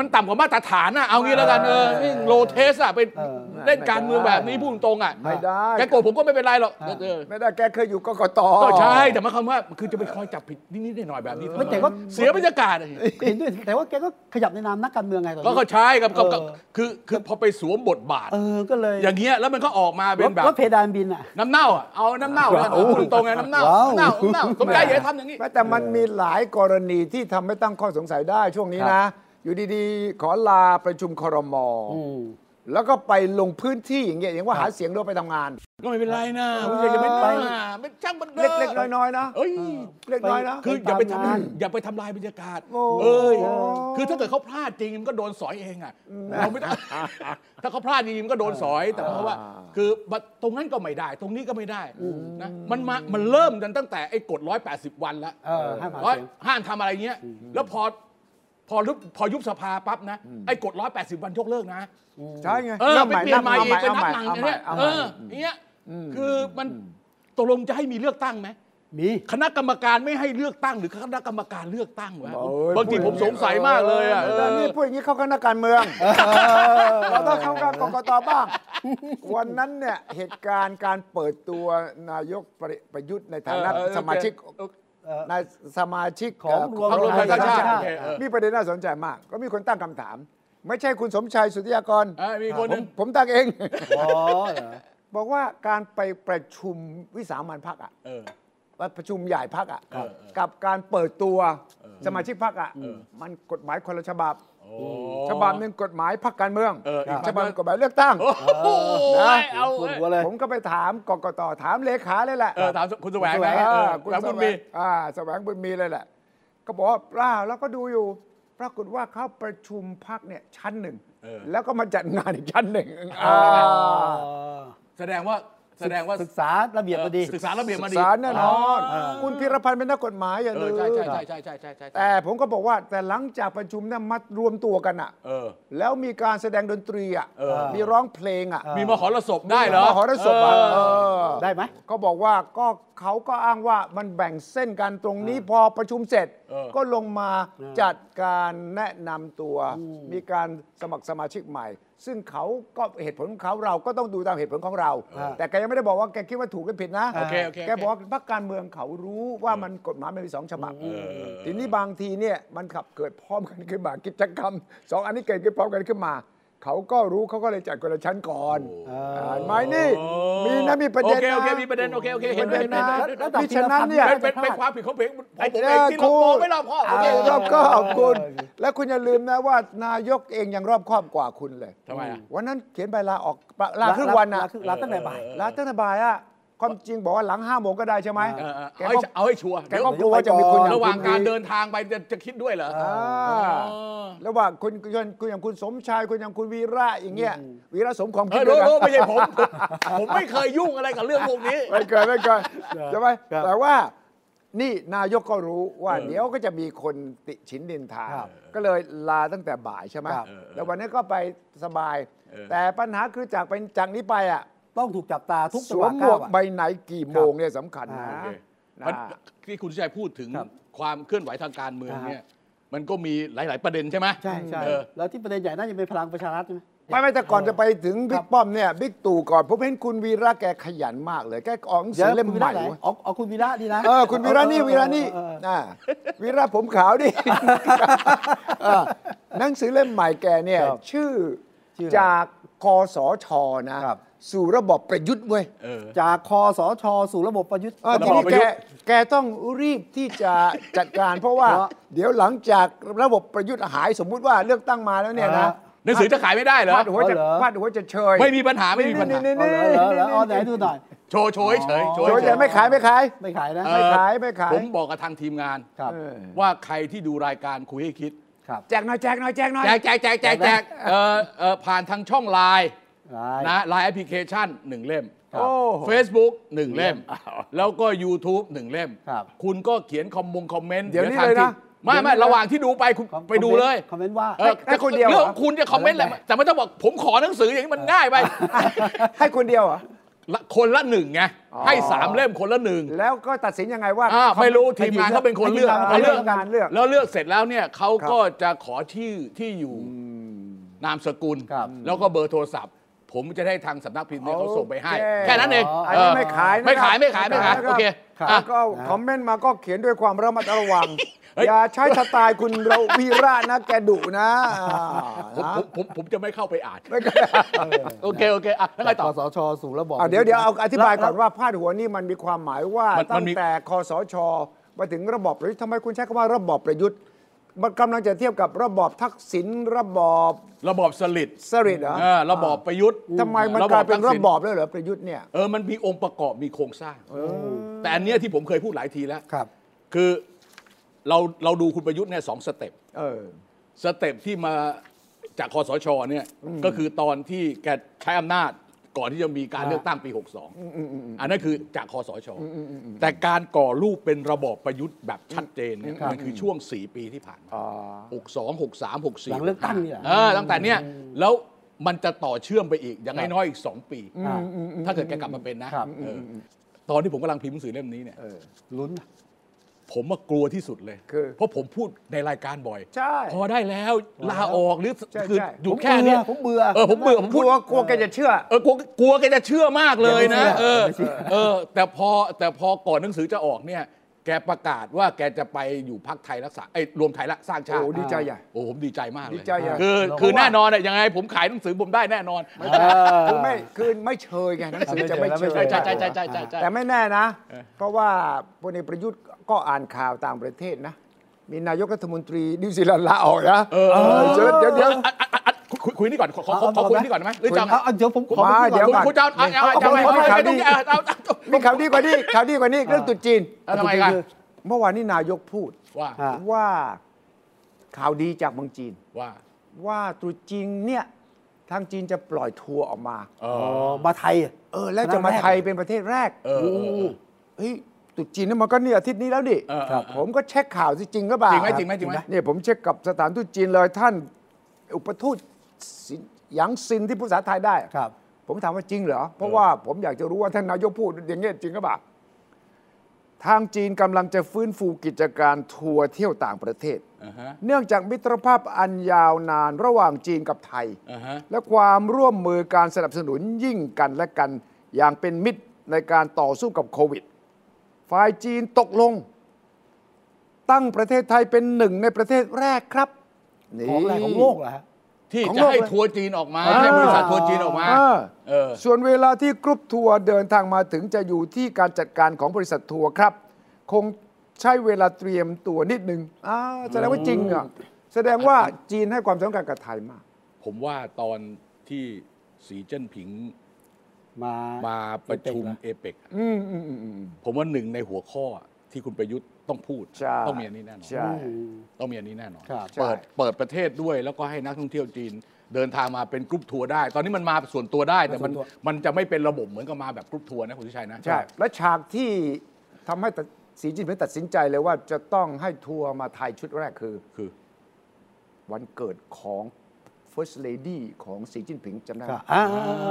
Speaker 3: มันต่ำกว่ามาตรฐานอ่ะเอางี้แล้วกันเออ
Speaker 4: เออ
Speaker 3: นี่โลเทสอ่ะไป
Speaker 2: เออ
Speaker 3: เล่นการเมืองแบบนี้พูดตรงๆอ่ะ
Speaker 4: ไม่ได้
Speaker 3: แกโกรธผมก็ไม่เป็นไรหรอกเออ
Speaker 4: ไม่ได้แกเคยอยู่กกต
Speaker 3: ก็ใช่ แต่หมายความว่าคือจะไปคอยจับผิดนิดๆหน่อยๆแบบนี้
Speaker 2: ไม่แต่ว่า
Speaker 3: เสียบรรยากาศอะ
Speaker 2: เห็นด้วยแต่ว่าแกก็ขยับในนามนักการเมืองไงตอน
Speaker 3: ก็
Speaker 2: นี้
Speaker 3: เข้าใช่ครับก็ก็
Speaker 2: เออ
Speaker 3: คือคือพอไปสวมบทบาท
Speaker 2: เออก็เลย
Speaker 3: อย่างเงี้ยแล้วมันก็ออกมาเป็นแบบ
Speaker 2: ลดเพดานบินอ่ะ
Speaker 3: น้ำเน่าอะเอาน้ำเน่าแล้วกันพูดตรงๆไงน้ำเน่า
Speaker 2: ว้าว
Speaker 3: น้ำเน่าน้ำเน่าสมใจอย่าทำอย่างนี้
Speaker 4: แม้แต่มันมีหลายกรณีที่ทำให้ตั้งข้อสงสัยได้ช่วงนี้นะ อยู่ดีๆ ขอลาประชุมครมแล้วก็ไปลงพื้นที่อย่างเงี้ยอย่างว่าหาเสียงด้วยไปทำงาน
Speaker 3: ก็ไม่เป็นไรนะไม่ใช่จะไม่ไปเป็นช่างมัน
Speaker 4: เล็กๆ น้อยๆนะ
Speaker 3: เอ้ย
Speaker 4: เล็กน้อยนะ
Speaker 3: คืออย่าไปท
Speaker 2: ไปตามงาน
Speaker 3: ำอย่าไปทำลายบรรยากาศ
Speaker 4: โอ้
Speaker 3: เอ้ยคือถ้าเกิดเขาพลาดจริงมันก็โดนสอยเองอ่ะเราไม่ต้อง ถ้าเขาพลาดจริงมันก็โดนสอยแต่เพราะว่า คือตรงนั้นก็ไม่ได้ ตรงนี้ก็ไม่ได้นะมันมามันเริ่มกันตั้งแต่ไอ้กฎ180 วันแล้ว
Speaker 2: เออห้ามหาเสียง
Speaker 3: ร้อยห้ามทำอะไรเงี้ย แล้วพอพอยุบพอยุบสภาปั๊บนะไอ้กฎ180 วันยกเลิกนะ
Speaker 4: ใช่ไง
Speaker 3: เออ
Speaker 4: ริ่
Speaker 3: ไปเปลี่ยนใหม่อีกเป็น
Speaker 4: อา
Speaker 3: นับ
Speaker 4: ใหม่
Speaker 3: หลัง
Speaker 4: เอา
Speaker 3: อย่างเงี้ยเอ
Speaker 4: ใหม่เอาใหม่
Speaker 3: ออย่างเงี้ยคือมันตกลงจะให้มีเลือกตั้งไหม
Speaker 2: มี
Speaker 3: คณะกรรมการไม่ให้เลือกตั้งหรือคณะกรรมการเลือกตั้งวะ
Speaker 4: โอ้ย
Speaker 3: บางทีผมสงสัยมากเลยอ่ะ
Speaker 4: แต่นี่พูดอย่างนี้เข้ากันนักการเมืองเราต้องเข้ากันกกตบ้าง วันนั้นเนี่ยเหตุการณ์การเปิดตัวนายกประยุทธ์ในฐานะ
Speaker 3: เออเออ
Speaker 4: สมาชิก
Speaker 3: เออ
Speaker 4: ในสมาชิก
Speaker 2: ของรวม
Speaker 3: พรรครวมไทยสร้างชาติ
Speaker 2: พรรครวมไทยสร้างชาติ
Speaker 3: โอเคเออ
Speaker 4: มีประเด็นน่าสนใจมาก ก็มีคนตั้งคำถาม ไม่ใช่คุณสมชัยสุธิยากร
Speaker 3: เออมีคน
Speaker 4: ผ
Speaker 3: หนึ
Speaker 4: ม
Speaker 3: ง
Speaker 4: ผมตั้งเอง
Speaker 2: อ๋อเหรอ
Speaker 4: บอกว่าการไปประชุมวิสามันพักอ่ะ
Speaker 3: เออ
Speaker 4: ว่าประชุมใหญ่พักอ่ะ
Speaker 3: เออเออ
Speaker 4: กับการเปิดตัวสมาชิกพักอ่ะ มันกฎหมายคนละฉบับ ฉบับหนึ่งกฎหมายพักการเมือง
Speaker 3: เอออีก
Speaker 4: ฉบับหนึ่งกฎหมายเลือกตั้ง
Speaker 3: โอ้โห
Speaker 4: นะ
Speaker 3: เอา
Speaker 2: ปวดหั
Speaker 3: เอ้
Speaker 2: วย เลย
Speaker 4: ผมก็ไปถามกกตถามเลขาเลยแหละ
Speaker 3: เออถามคุณแสวง
Speaker 4: คุณแสว
Speaker 3: นะ
Speaker 4: ง
Speaker 3: เออ
Speaker 4: อ่า
Speaker 3: คุณแสวงบุญมี
Speaker 4: อ่าแสวงบุญมีเลยแหละ ก็บอกว่าเปล่าแล้วก็ดูอยู่ ปรากฏว่าเขาประชุมพักเนี่ยชั้นหนึ่ง
Speaker 3: เออ
Speaker 4: แล้วก็มาจัดงานอีกชั้นหนึ่ง
Speaker 2: อ๋
Speaker 4: อ่า
Speaker 2: อ
Speaker 3: แสดงว่าแสดงว่า
Speaker 2: ศึกษาระเบียบมาดี
Speaker 3: ศึกษาระเบียบมาดี
Speaker 4: สารแน่นอน คุณพิรพันธ์เป็นนักกฎหมายอย่า
Speaker 3: เอ
Speaker 4: ลื
Speaker 3: อ
Speaker 4: ม
Speaker 3: ใช่ใช่ใช่ใช่ใช่ใช่ใช่
Speaker 4: แต่ผมก็บอกว่าแต่หลังจากประชุมเนี่ยมารวมตัวกันอะ
Speaker 3: เออ
Speaker 4: แล้วมีการแสดงดนตรีอะ
Speaker 3: เออ
Speaker 4: มีร้องเพลงอะ
Speaker 3: มีมหรสพได้เหรอ
Speaker 4: มหรสพอะ
Speaker 3: เออ
Speaker 4: เออ
Speaker 2: ได้ไหม
Speaker 4: ก็บอกว่าก็เขาก็อ้างว่ามันแบ่งเส้นกันตรงนี้พอประชุมเสร็จ
Speaker 3: เออ
Speaker 4: ก็ลงมาจัดการแนะนำตัว มีการสมัครสมาชิกใหม่ ซึ่งเขาก็เหตุผลของเขาเราก็ต้องดูตามเหตุผลของเรา
Speaker 2: อ่า
Speaker 4: แต่แกยังไม่ได้บอกว่าแกคิดว่าถูกหรือผิดนะ
Speaker 3: โอเคโอเคโอเค
Speaker 4: แกบอกว่าพรรคการเมืองเขารู้ว่ามันกฎหมายมันมีสองฉบับทีนี้บางทีเนี่ยมันขับเกิดพร้อมกันขึ้นมากิจกรรมสองอันนี้เกิดขึ้นพร้อมกันขึ้นมา เขาก็รู้เขาก็เลยจัดคนละชั้นก่อนอ่านไหมนี่มีนะมีประเด็
Speaker 3: โอ
Speaker 4: น
Speaker 3: เค
Speaker 4: นะ
Speaker 3: โอเคมีประเด็นโอเคโอเคเห็น
Speaker 4: เห็น
Speaker 3: ด้วย
Speaker 4: ด้วย
Speaker 3: เห็นด้วย
Speaker 4: นะ
Speaker 3: เห็นด้วย
Speaker 2: ระดับ
Speaker 4: ที่ฉะนั้นเนี่ย
Speaker 2: ที่
Speaker 3: เป็น
Speaker 2: ระดับ
Speaker 3: เป็นเป็นความผิดของผมของผม
Speaker 4: เอ
Speaker 3: เอง
Speaker 4: อ
Speaker 3: ที่เรา
Speaker 4: คุณ
Speaker 3: มองไม่รอบคอบโอเค
Speaker 4: เออรอบครอบคุณ และคุณอย่าลืมนะว่านายกเองยังรอบครอบกว่าคุณเลย
Speaker 3: ทำไมอ่ะ
Speaker 4: วันนั้นเขียนใบลาออกลาครึ่งวันน่ะ
Speaker 2: ลาครึ่งลาตั้งแต่บ่าย
Speaker 4: ลาตั้งแต่บ่ายอ่ะความจริงบอกว่าหลังห้าโมงก็ได้ใช่ไหม
Speaker 3: เออเออ
Speaker 4: แก
Speaker 3: เอาให้
Speaker 4: ก็
Speaker 3: เอาให้ชัวร์
Speaker 4: แกก็กลัวว่าจะมีคนอย่า
Speaker 3: ระ
Speaker 4: ง
Speaker 3: หว่าง
Speaker 4: คุณ
Speaker 3: การ
Speaker 4: อีก
Speaker 3: เดินทางไปจะจะคิดด้วยเหรอ
Speaker 4: อ่า
Speaker 3: อ๋อ
Speaker 4: ระหว่างคุณคุณคุณอย่างคุณสมชายคุณอย่างคุณวีระอย่างเงี้ยวีระสมของ
Speaker 3: เอ
Speaker 4: คิด
Speaker 3: อ
Speaker 4: ด้
Speaker 3: โน้
Speaker 4: วยนะ
Speaker 3: โน้ไม่ใช่ผม ผมไม่เคยยุ่งอะไรกับเรื่องพวกนี้
Speaker 4: ไม่เกินไม่เกินใช่ไหม
Speaker 2: ครับ
Speaker 4: แต่ว่า นี่นายกก็รู้ว่าเดี๋ยวก็จะมีคนติฉินดินทา
Speaker 2: ครับ
Speaker 4: ก็เลยลาตั้งแต่บ่ายใช่ไหม
Speaker 2: ครับ
Speaker 4: แล้ววันนี้ก็ไปสบาย แต่ปัญหาคือจากไปจากนี้ไปอ่ะ
Speaker 2: ต้องถูกจับตาทุก
Speaker 4: ส
Speaker 2: จังห
Speaker 4: ว
Speaker 2: วะ
Speaker 4: มหม
Speaker 2: ก้าว ว
Speaker 4: ก
Speaker 2: อะ
Speaker 4: ใบไหนกี่โมงเนี่ยสำคัญนะ
Speaker 2: อ่า
Speaker 3: โอเค
Speaker 4: นะ
Speaker 3: มันที่คุณชัยพูดถึง
Speaker 2: ครับ
Speaker 3: ความเคลื่อนไหวทางการเมือง
Speaker 2: อ่าฮะ
Speaker 3: เนี่ยมันก็มีหลาย ๆ ประเด็นใช่ไหม
Speaker 2: ใช่ใช่
Speaker 3: เออ
Speaker 2: แล้วที่ประเด็นใหญ่น่าจะเป็นพลังประชารัฐใช่ไหม
Speaker 4: ไม่ไม่แต่ก่อนจะไปถึง
Speaker 2: ค
Speaker 4: บิ๊
Speaker 2: รั
Speaker 4: ก
Speaker 2: บ
Speaker 4: ป้อมเนี่ยบิ๊กตู่ก่อนผมเห็นคุณวีระแกขยันมากเลยแกออกหนังสือเล่มใหม่
Speaker 2: ดี๋ยวคุณวีระ
Speaker 4: เว้ย
Speaker 2: ไนอ๋ออ๋อคุณวีระดีนะ
Speaker 4: เออคุณวีระนี่วีระนี่
Speaker 2: เออเออ
Speaker 4: อ่าวีระผมขาวดิ อ่าหนังสือเล่มใหม่แกเนี่ย
Speaker 2: ครับ
Speaker 4: ชื่อ
Speaker 2: ชื่ออะไร
Speaker 4: จากคอสชนะ
Speaker 2: ครับ
Speaker 4: สู่ระบบประยุทธ์เว้ย
Speaker 3: เออ
Speaker 2: จากคอสช สู่ระบบประยุทธ์
Speaker 4: เออ
Speaker 3: ระ
Speaker 4: ที
Speaker 3: บ
Speaker 4: นี้
Speaker 3: บประ
Speaker 4: แก
Speaker 3: ยุทธ์
Speaker 4: แกต้องรีบที่จะจัดการ เพราะว่า
Speaker 2: เพราะ
Speaker 4: เดี๋ยวหลังจากระบบประยุทธ์หายสมมุติว่าเลือกตั้งมาแล้วเนี่ยนะ
Speaker 3: หนังสือจะขายไม่ได้เหรอ
Speaker 4: พาดหัวจะ
Speaker 2: อ๋อเหรอ
Speaker 4: พาดหัวจะเชย
Speaker 3: ไม่มีปัญหาไม่มีปัญหา
Speaker 2: เอาเหรอเหรอเหรอเอาไหนดูหน่อย
Speaker 3: โชว์โชว์เฉยๆโชว์
Speaker 4: โดย
Speaker 3: เฉ
Speaker 4: จะ
Speaker 3: ยๆ
Speaker 4: ไม่ขายไม่ขาย
Speaker 2: ไม่ขายนะ
Speaker 3: เอ
Speaker 4: ไม่
Speaker 3: อ
Speaker 4: ขายไม่ขาย
Speaker 3: ผมบอกกับทางทีมงาน
Speaker 2: ครับ
Speaker 4: เออ
Speaker 3: ว่าใครที่ดูรายการคุยให้คิด
Speaker 2: ครับ
Speaker 4: แจกหน่อยแจกหน่อยแจกหน่อย
Speaker 3: แจกแจกแจกแจกแจกเออเออผ่านทางช่องไลน์
Speaker 2: ได้
Speaker 3: นะไลน์แอปพลิเคชันหนึ่งเล่ม
Speaker 2: ครับ
Speaker 4: โอ้
Speaker 3: Facebook หนึ่งเล่ม แล้วก็ YouTube หนึ่งเล่ม
Speaker 2: ครับ
Speaker 3: คุณก็เขียนคอมมงคอมเมนต์
Speaker 4: เดี๋ยวนี้
Speaker 3: ทาง
Speaker 4: เลย
Speaker 3: ท
Speaker 4: นะ
Speaker 3: ีมไม่ไม่
Speaker 4: เดี๋ยวนี้เลย
Speaker 3: ระหว่างที่ดูไปคุณ
Speaker 2: คอม
Speaker 3: ไปดูเลย
Speaker 2: คอมเมนต์ว่า
Speaker 3: เออ
Speaker 4: ให้คนเดียวเหรอ
Speaker 3: รื่องของคุณจะคอมเมนต์อะไรแต่ไม่ต้องบอกผมขอหนังสืออย่างนี้มันง่ายไป
Speaker 4: ให้คนเดียวเหรอ
Speaker 3: ละ คนละหนึ่งไง
Speaker 4: อ๋อ
Speaker 3: ให้สามเล่มคนละหนึ่ง
Speaker 4: แล้วก็ตัดสินยังไงว่า
Speaker 3: อ่าไม่รู้ทีมงานเขาเป็นคนเลือก
Speaker 4: ให้ทีมงาน
Speaker 3: เขาเลือก
Speaker 4: ให้ทีมงานเลือก
Speaker 3: แล้วเลือกเสร็จแล้วเนี่ยเขา
Speaker 4: ครับ
Speaker 3: ก็จะขอชื่อที่อยู่ นามสกุล
Speaker 2: ครับ
Speaker 3: แล้วก็เบอร์โทรศัพท์ ผมจะได้ทางสำนักพิมพ์เนี่ยเขาส่งไปให้
Speaker 4: โอเค
Speaker 3: แค่นั้นเอง
Speaker 2: อ๋อ
Speaker 4: อันนี้
Speaker 3: เออ
Speaker 4: ไม่ขายนะ
Speaker 3: ไม่ขายไม่ขายไม่ขาย
Speaker 4: นะ
Speaker 3: โอเค
Speaker 4: ครับ
Speaker 3: อ่ะ
Speaker 4: แล้วก็คอมเมนต์มาก็เขียนด้วยความระมัดระวัง
Speaker 3: เฮ้ย
Speaker 4: อย่าใช้สไตล์คุณเราวีระนะ แกดุนะอ่า
Speaker 3: ผมผมผมผมจะไม่เข้าไปอ่าน
Speaker 4: ไม่ก็
Speaker 3: โอเคโอเคอ่ะแล้วไง
Speaker 2: ค
Speaker 3: ต่อ
Speaker 2: อสช สู่ระบบ
Speaker 4: อ่ะเดี๋ยวเดี๋ยวเอาอธิบายก่อน
Speaker 2: แล้ว
Speaker 4: ว่าพาดหัวนี่มันมีความหมายว่า
Speaker 3: น
Speaker 4: ม
Speaker 3: มั
Speaker 4: ตั้
Speaker 3: น
Speaker 4: ง
Speaker 3: มี
Speaker 4: แต่คอสชมาถึงระบอบประยุทธ์ทำไมคุณใช้คำว่าระบอบประยุทธ์ มันกำลังจะเทียบกับระบอบทักษิณระบอบ
Speaker 3: ระบอบสลิด
Speaker 4: สริดเหรอ
Speaker 3: เออระบอบประยุทธ์
Speaker 4: ทำไมมัน
Speaker 3: ระ
Speaker 4: กลายเป็นระ
Speaker 3: ทักษิณ
Speaker 4: บอบแล้วเหรอประยุทธ์เนี่ย
Speaker 3: เออมันมีองค์ประกอบมีโครงสร้าง แต่อันเนี้ยที่ผมเคยพูดหลายทีแล้ว
Speaker 2: ครับ
Speaker 3: คือเราเราดูคุณประยุทธ์เนี่ยสองสเต็ป
Speaker 4: เออ
Speaker 3: สเต็ปที่มาจากคอสชเนี่ยก็คือตอนที่แกใช้อำนาจก่อนที่จะมีการเลือกตั้งปี 62 อันนั้นคือจากคอสช แต่การก่อรูปเป็นระบอบประยุทธ์แบบชัดเจนเนี่ยมันคือช่วง 4 ปีที่ผ่านมา62 63 64
Speaker 2: หลังเลือกตั้งนี่แหละ
Speaker 3: เออตั้งแต่เนี่ยแล้วมันจะต่อเชื่อมไปอีกอย่างน้อยๆอีก 2 ปี
Speaker 2: อ่า
Speaker 3: ถ้าเกิดแกกลับมาเป็นนะครับ เอออตอนที่ผมกำลังพิมพ์หนังสือเล่มนี้เนี่ย
Speaker 4: เออ
Speaker 2: ลุ้นนะ
Speaker 3: ผมมากลัวที่สุดเลย
Speaker 4: คือ
Speaker 3: เพราะผมพูดในรายการบ่อย
Speaker 4: ใช่
Speaker 3: พอได้แล้วลาออกหรือ
Speaker 4: ใช่
Speaker 3: คือ
Speaker 4: ใช่
Speaker 3: หยุดแค่เนี้ย
Speaker 2: ผมเบื่อ
Speaker 3: เออผมเบื่อผม
Speaker 4: ก
Speaker 3: พูด
Speaker 4: ลัวกลัวแกจะเชื่อ
Speaker 3: เออกลัวกลัวแกจะเชื่อมากเลยนะ
Speaker 2: เดี๋
Speaker 3: เอ
Speaker 2: ยว
Speaker 3: อ
Speaker 2: ไม่เชื่อ
Speaker 3: เออ แต่พอแต่พอก่อนหนังสือจะออกเนี่ย แกประกาศว่าแกจะไปอยู่พักไทยรักษาไอ้ยรวมไทยละสร้างชาติ
Speaker 4: โอ้ดีใจใหญ่
Speaker 3: โอ้ผมดีใจมากเลย
Speaker 4: ดีใจใหญ่
Speaker 3: คือ
Speaker 2: เพราะว่า
Speaker 3: คือแน่นอนอะยังไงผมขายหนังสือผมได้แน่นอน
Speaker 4: คือไม่คือไม่เชยไงหนังสือจะไม่เช
Speaker 2: ไม่เชย
Speaker 4: ย
Speaker 2: แล้วไม่เชย
Speaker 3: ใช่ใช่ใช่ใช่ใช่ใช่ใช่
Speaker 4: แต่ไม่แน่นะ เพราะว่าพลเอกประยุทธ์ก็อ่านข่าวต่างประเทศนะ มีนายกรัฐมนตรีนิวซีแลนด์ลาออกนะ
Speaker 3: เออ
Speaker 4: เดี๋ยวเดี๋ยวเดี๋ยว
Speaker 3: อ่ะอ่ะอ่ะคุยคุยคุยนี่ก่อนขอขอขอขอคุยนี่ก่อนได้ไหมหรือจะ
Speaker 2: เอาเอาเอาเดี๋ยวผมขอ
Speaker 4: มา
Speaker 2: ไปก่อน
Speaker 4: เดี๋ยว
Speaker 3: คุณคุณจะเอาเอาเอาเอาเอาเอาเอาเอาเอา
Speaker 4: มีข่าวดีกว่านี้ข่าวดีกว่านี้เรื่องตรุ๊จีน
Speaker 3: เอาทำไมกัน
Speaker 4: เมื่อวานนี้นายกพูด
Speaker 3: ว่า
Speaker 2: อ่า
Speaker 4: ว่าข่าวดีจากเมืองจีน
Speaker 3: ว่า
Speaker 4: ว่าตรุ๊จีนเนี่ยทางจีนจะปล่อยทัวร์ออกมา
Speaker 2: อ๋อมาไทยอ่ะ
Speaker 4: เออแล้วจะมาไทยเป็นประเทศแรก
Speaker 3: เออเออเออ
Speaker 4: เฮ้ยตรุษจีนนี่มันก็เนี่ยอาทิตย์นี้แล้วดิ
Speaker 3: เออ
Speaker 4: ครับผมก็เช็คข่าวสิจริงก็บ่า
Speaker 3: จริงไหมจริงไหมจริงไหม
Speaker 4: เนี่ยผมเช็คกับสถานทูตจีนเลยท่าน อุปทูตสินหยางซินที่พูดภาษาไทยได้
Speaker 2: ครับ
Speaker 4: ผมถามว่าจริงเหรอ เพราะว่าผมอยากจะรู้ว่าท่านนายกพูดอย่างเงี้ยจริงก็บ่าทางจีนกำลังจะฟื้นฟูกิจการทัวร์เที่ยวต่างประเทศ
Speaker 3: อ่าฮะ
Speaker 4: เนื่องจากมิตรภาพอันยาวนานระหว่างจีนกับไทย
Speaker 3: อ่าฮะ
Speaker 4: และความร่วมมือการสนับสนุนยิ่งกันและกันอย่างเป็นมิตรในการต่อสู้กับโควิด ฝ่ายจีนตกลง ตั้งประเทศไทยเป็นหนึ่งในประเทศแรกครับนี่
Speaker 2: ของอะไรของโลกเหรอฮะ
Speaker 3: ที่
Speaker 4: ของ
Speaker 3: จะ
Speaker 4: โลก
Speaker 3: ให้
Speaker 4: เลย
Speaker 3: ทัวร์จีนออกมา
Speaker 4: อ่า
Speaker 3: ให้บริษัททัวร์จีนออกมา
Speaker 4: เออ
Speaker 3: เออ
Speaker 4: ส่วนเวลาที่กรุ๊ปทัวร์เดินทางมาถึงจะอยู่ที่การจัดการของบริษัททัวร์ครับ คงใช้เวลาเตรียมตัวนิดนึงอ่าแสดงว่าจริงอ่ะแสดงว่าจีนให้ความสำคัญกับไทยมาก
Speaker 3: ผมว่าตอนที่สีเจิ้นผิง
Speaker 2: มา
Speaker 3: มาประชุมเอเปก
Speaker 4: อืมอืมอืมอืม
Speaker 3: ผมว่าหนึ่งในหัวข้อที่คุณประยุทธ์ต้องพูด
Speaker 4: ใช่
Speaker 3: ต้องมีอันนี้แน่นอน
Speaker 4: ใช่
Speaker 3: ต้องมีอันนี้แน่นอน
Speaker 2: ครับ
Speaker 3: เปิด
Speaker 4: ใช่
Speaker 3: เปิดประเทศด้วยแล้วก็ให้นักท่องเที่ยวจีน เดินทางมาเป็นกรุ๊ปทัวร์ได้ ตอนนี้มันมาส่วนตัวได้แต่มัน
Speaker 2: มาส่วนตัว
Speaker 3: มันจะไม่เป็นระบบเหมือนกับมาแบบกรุ๊ปทัวร์นะคุณชัยนะ
Speaker 4: ใช่ และฉากที่ทำให้ สีจิ้นผิงตัดสินใจเลยว่าจะต้องให้ทัวร์มาไทยชุดแรกคือ
Speaker 3: คือ
Speaker 4: วันเกิดของ First Lady ของสีจิ้นผิงจำได้ไหม
Speaker 2: ครับอ่า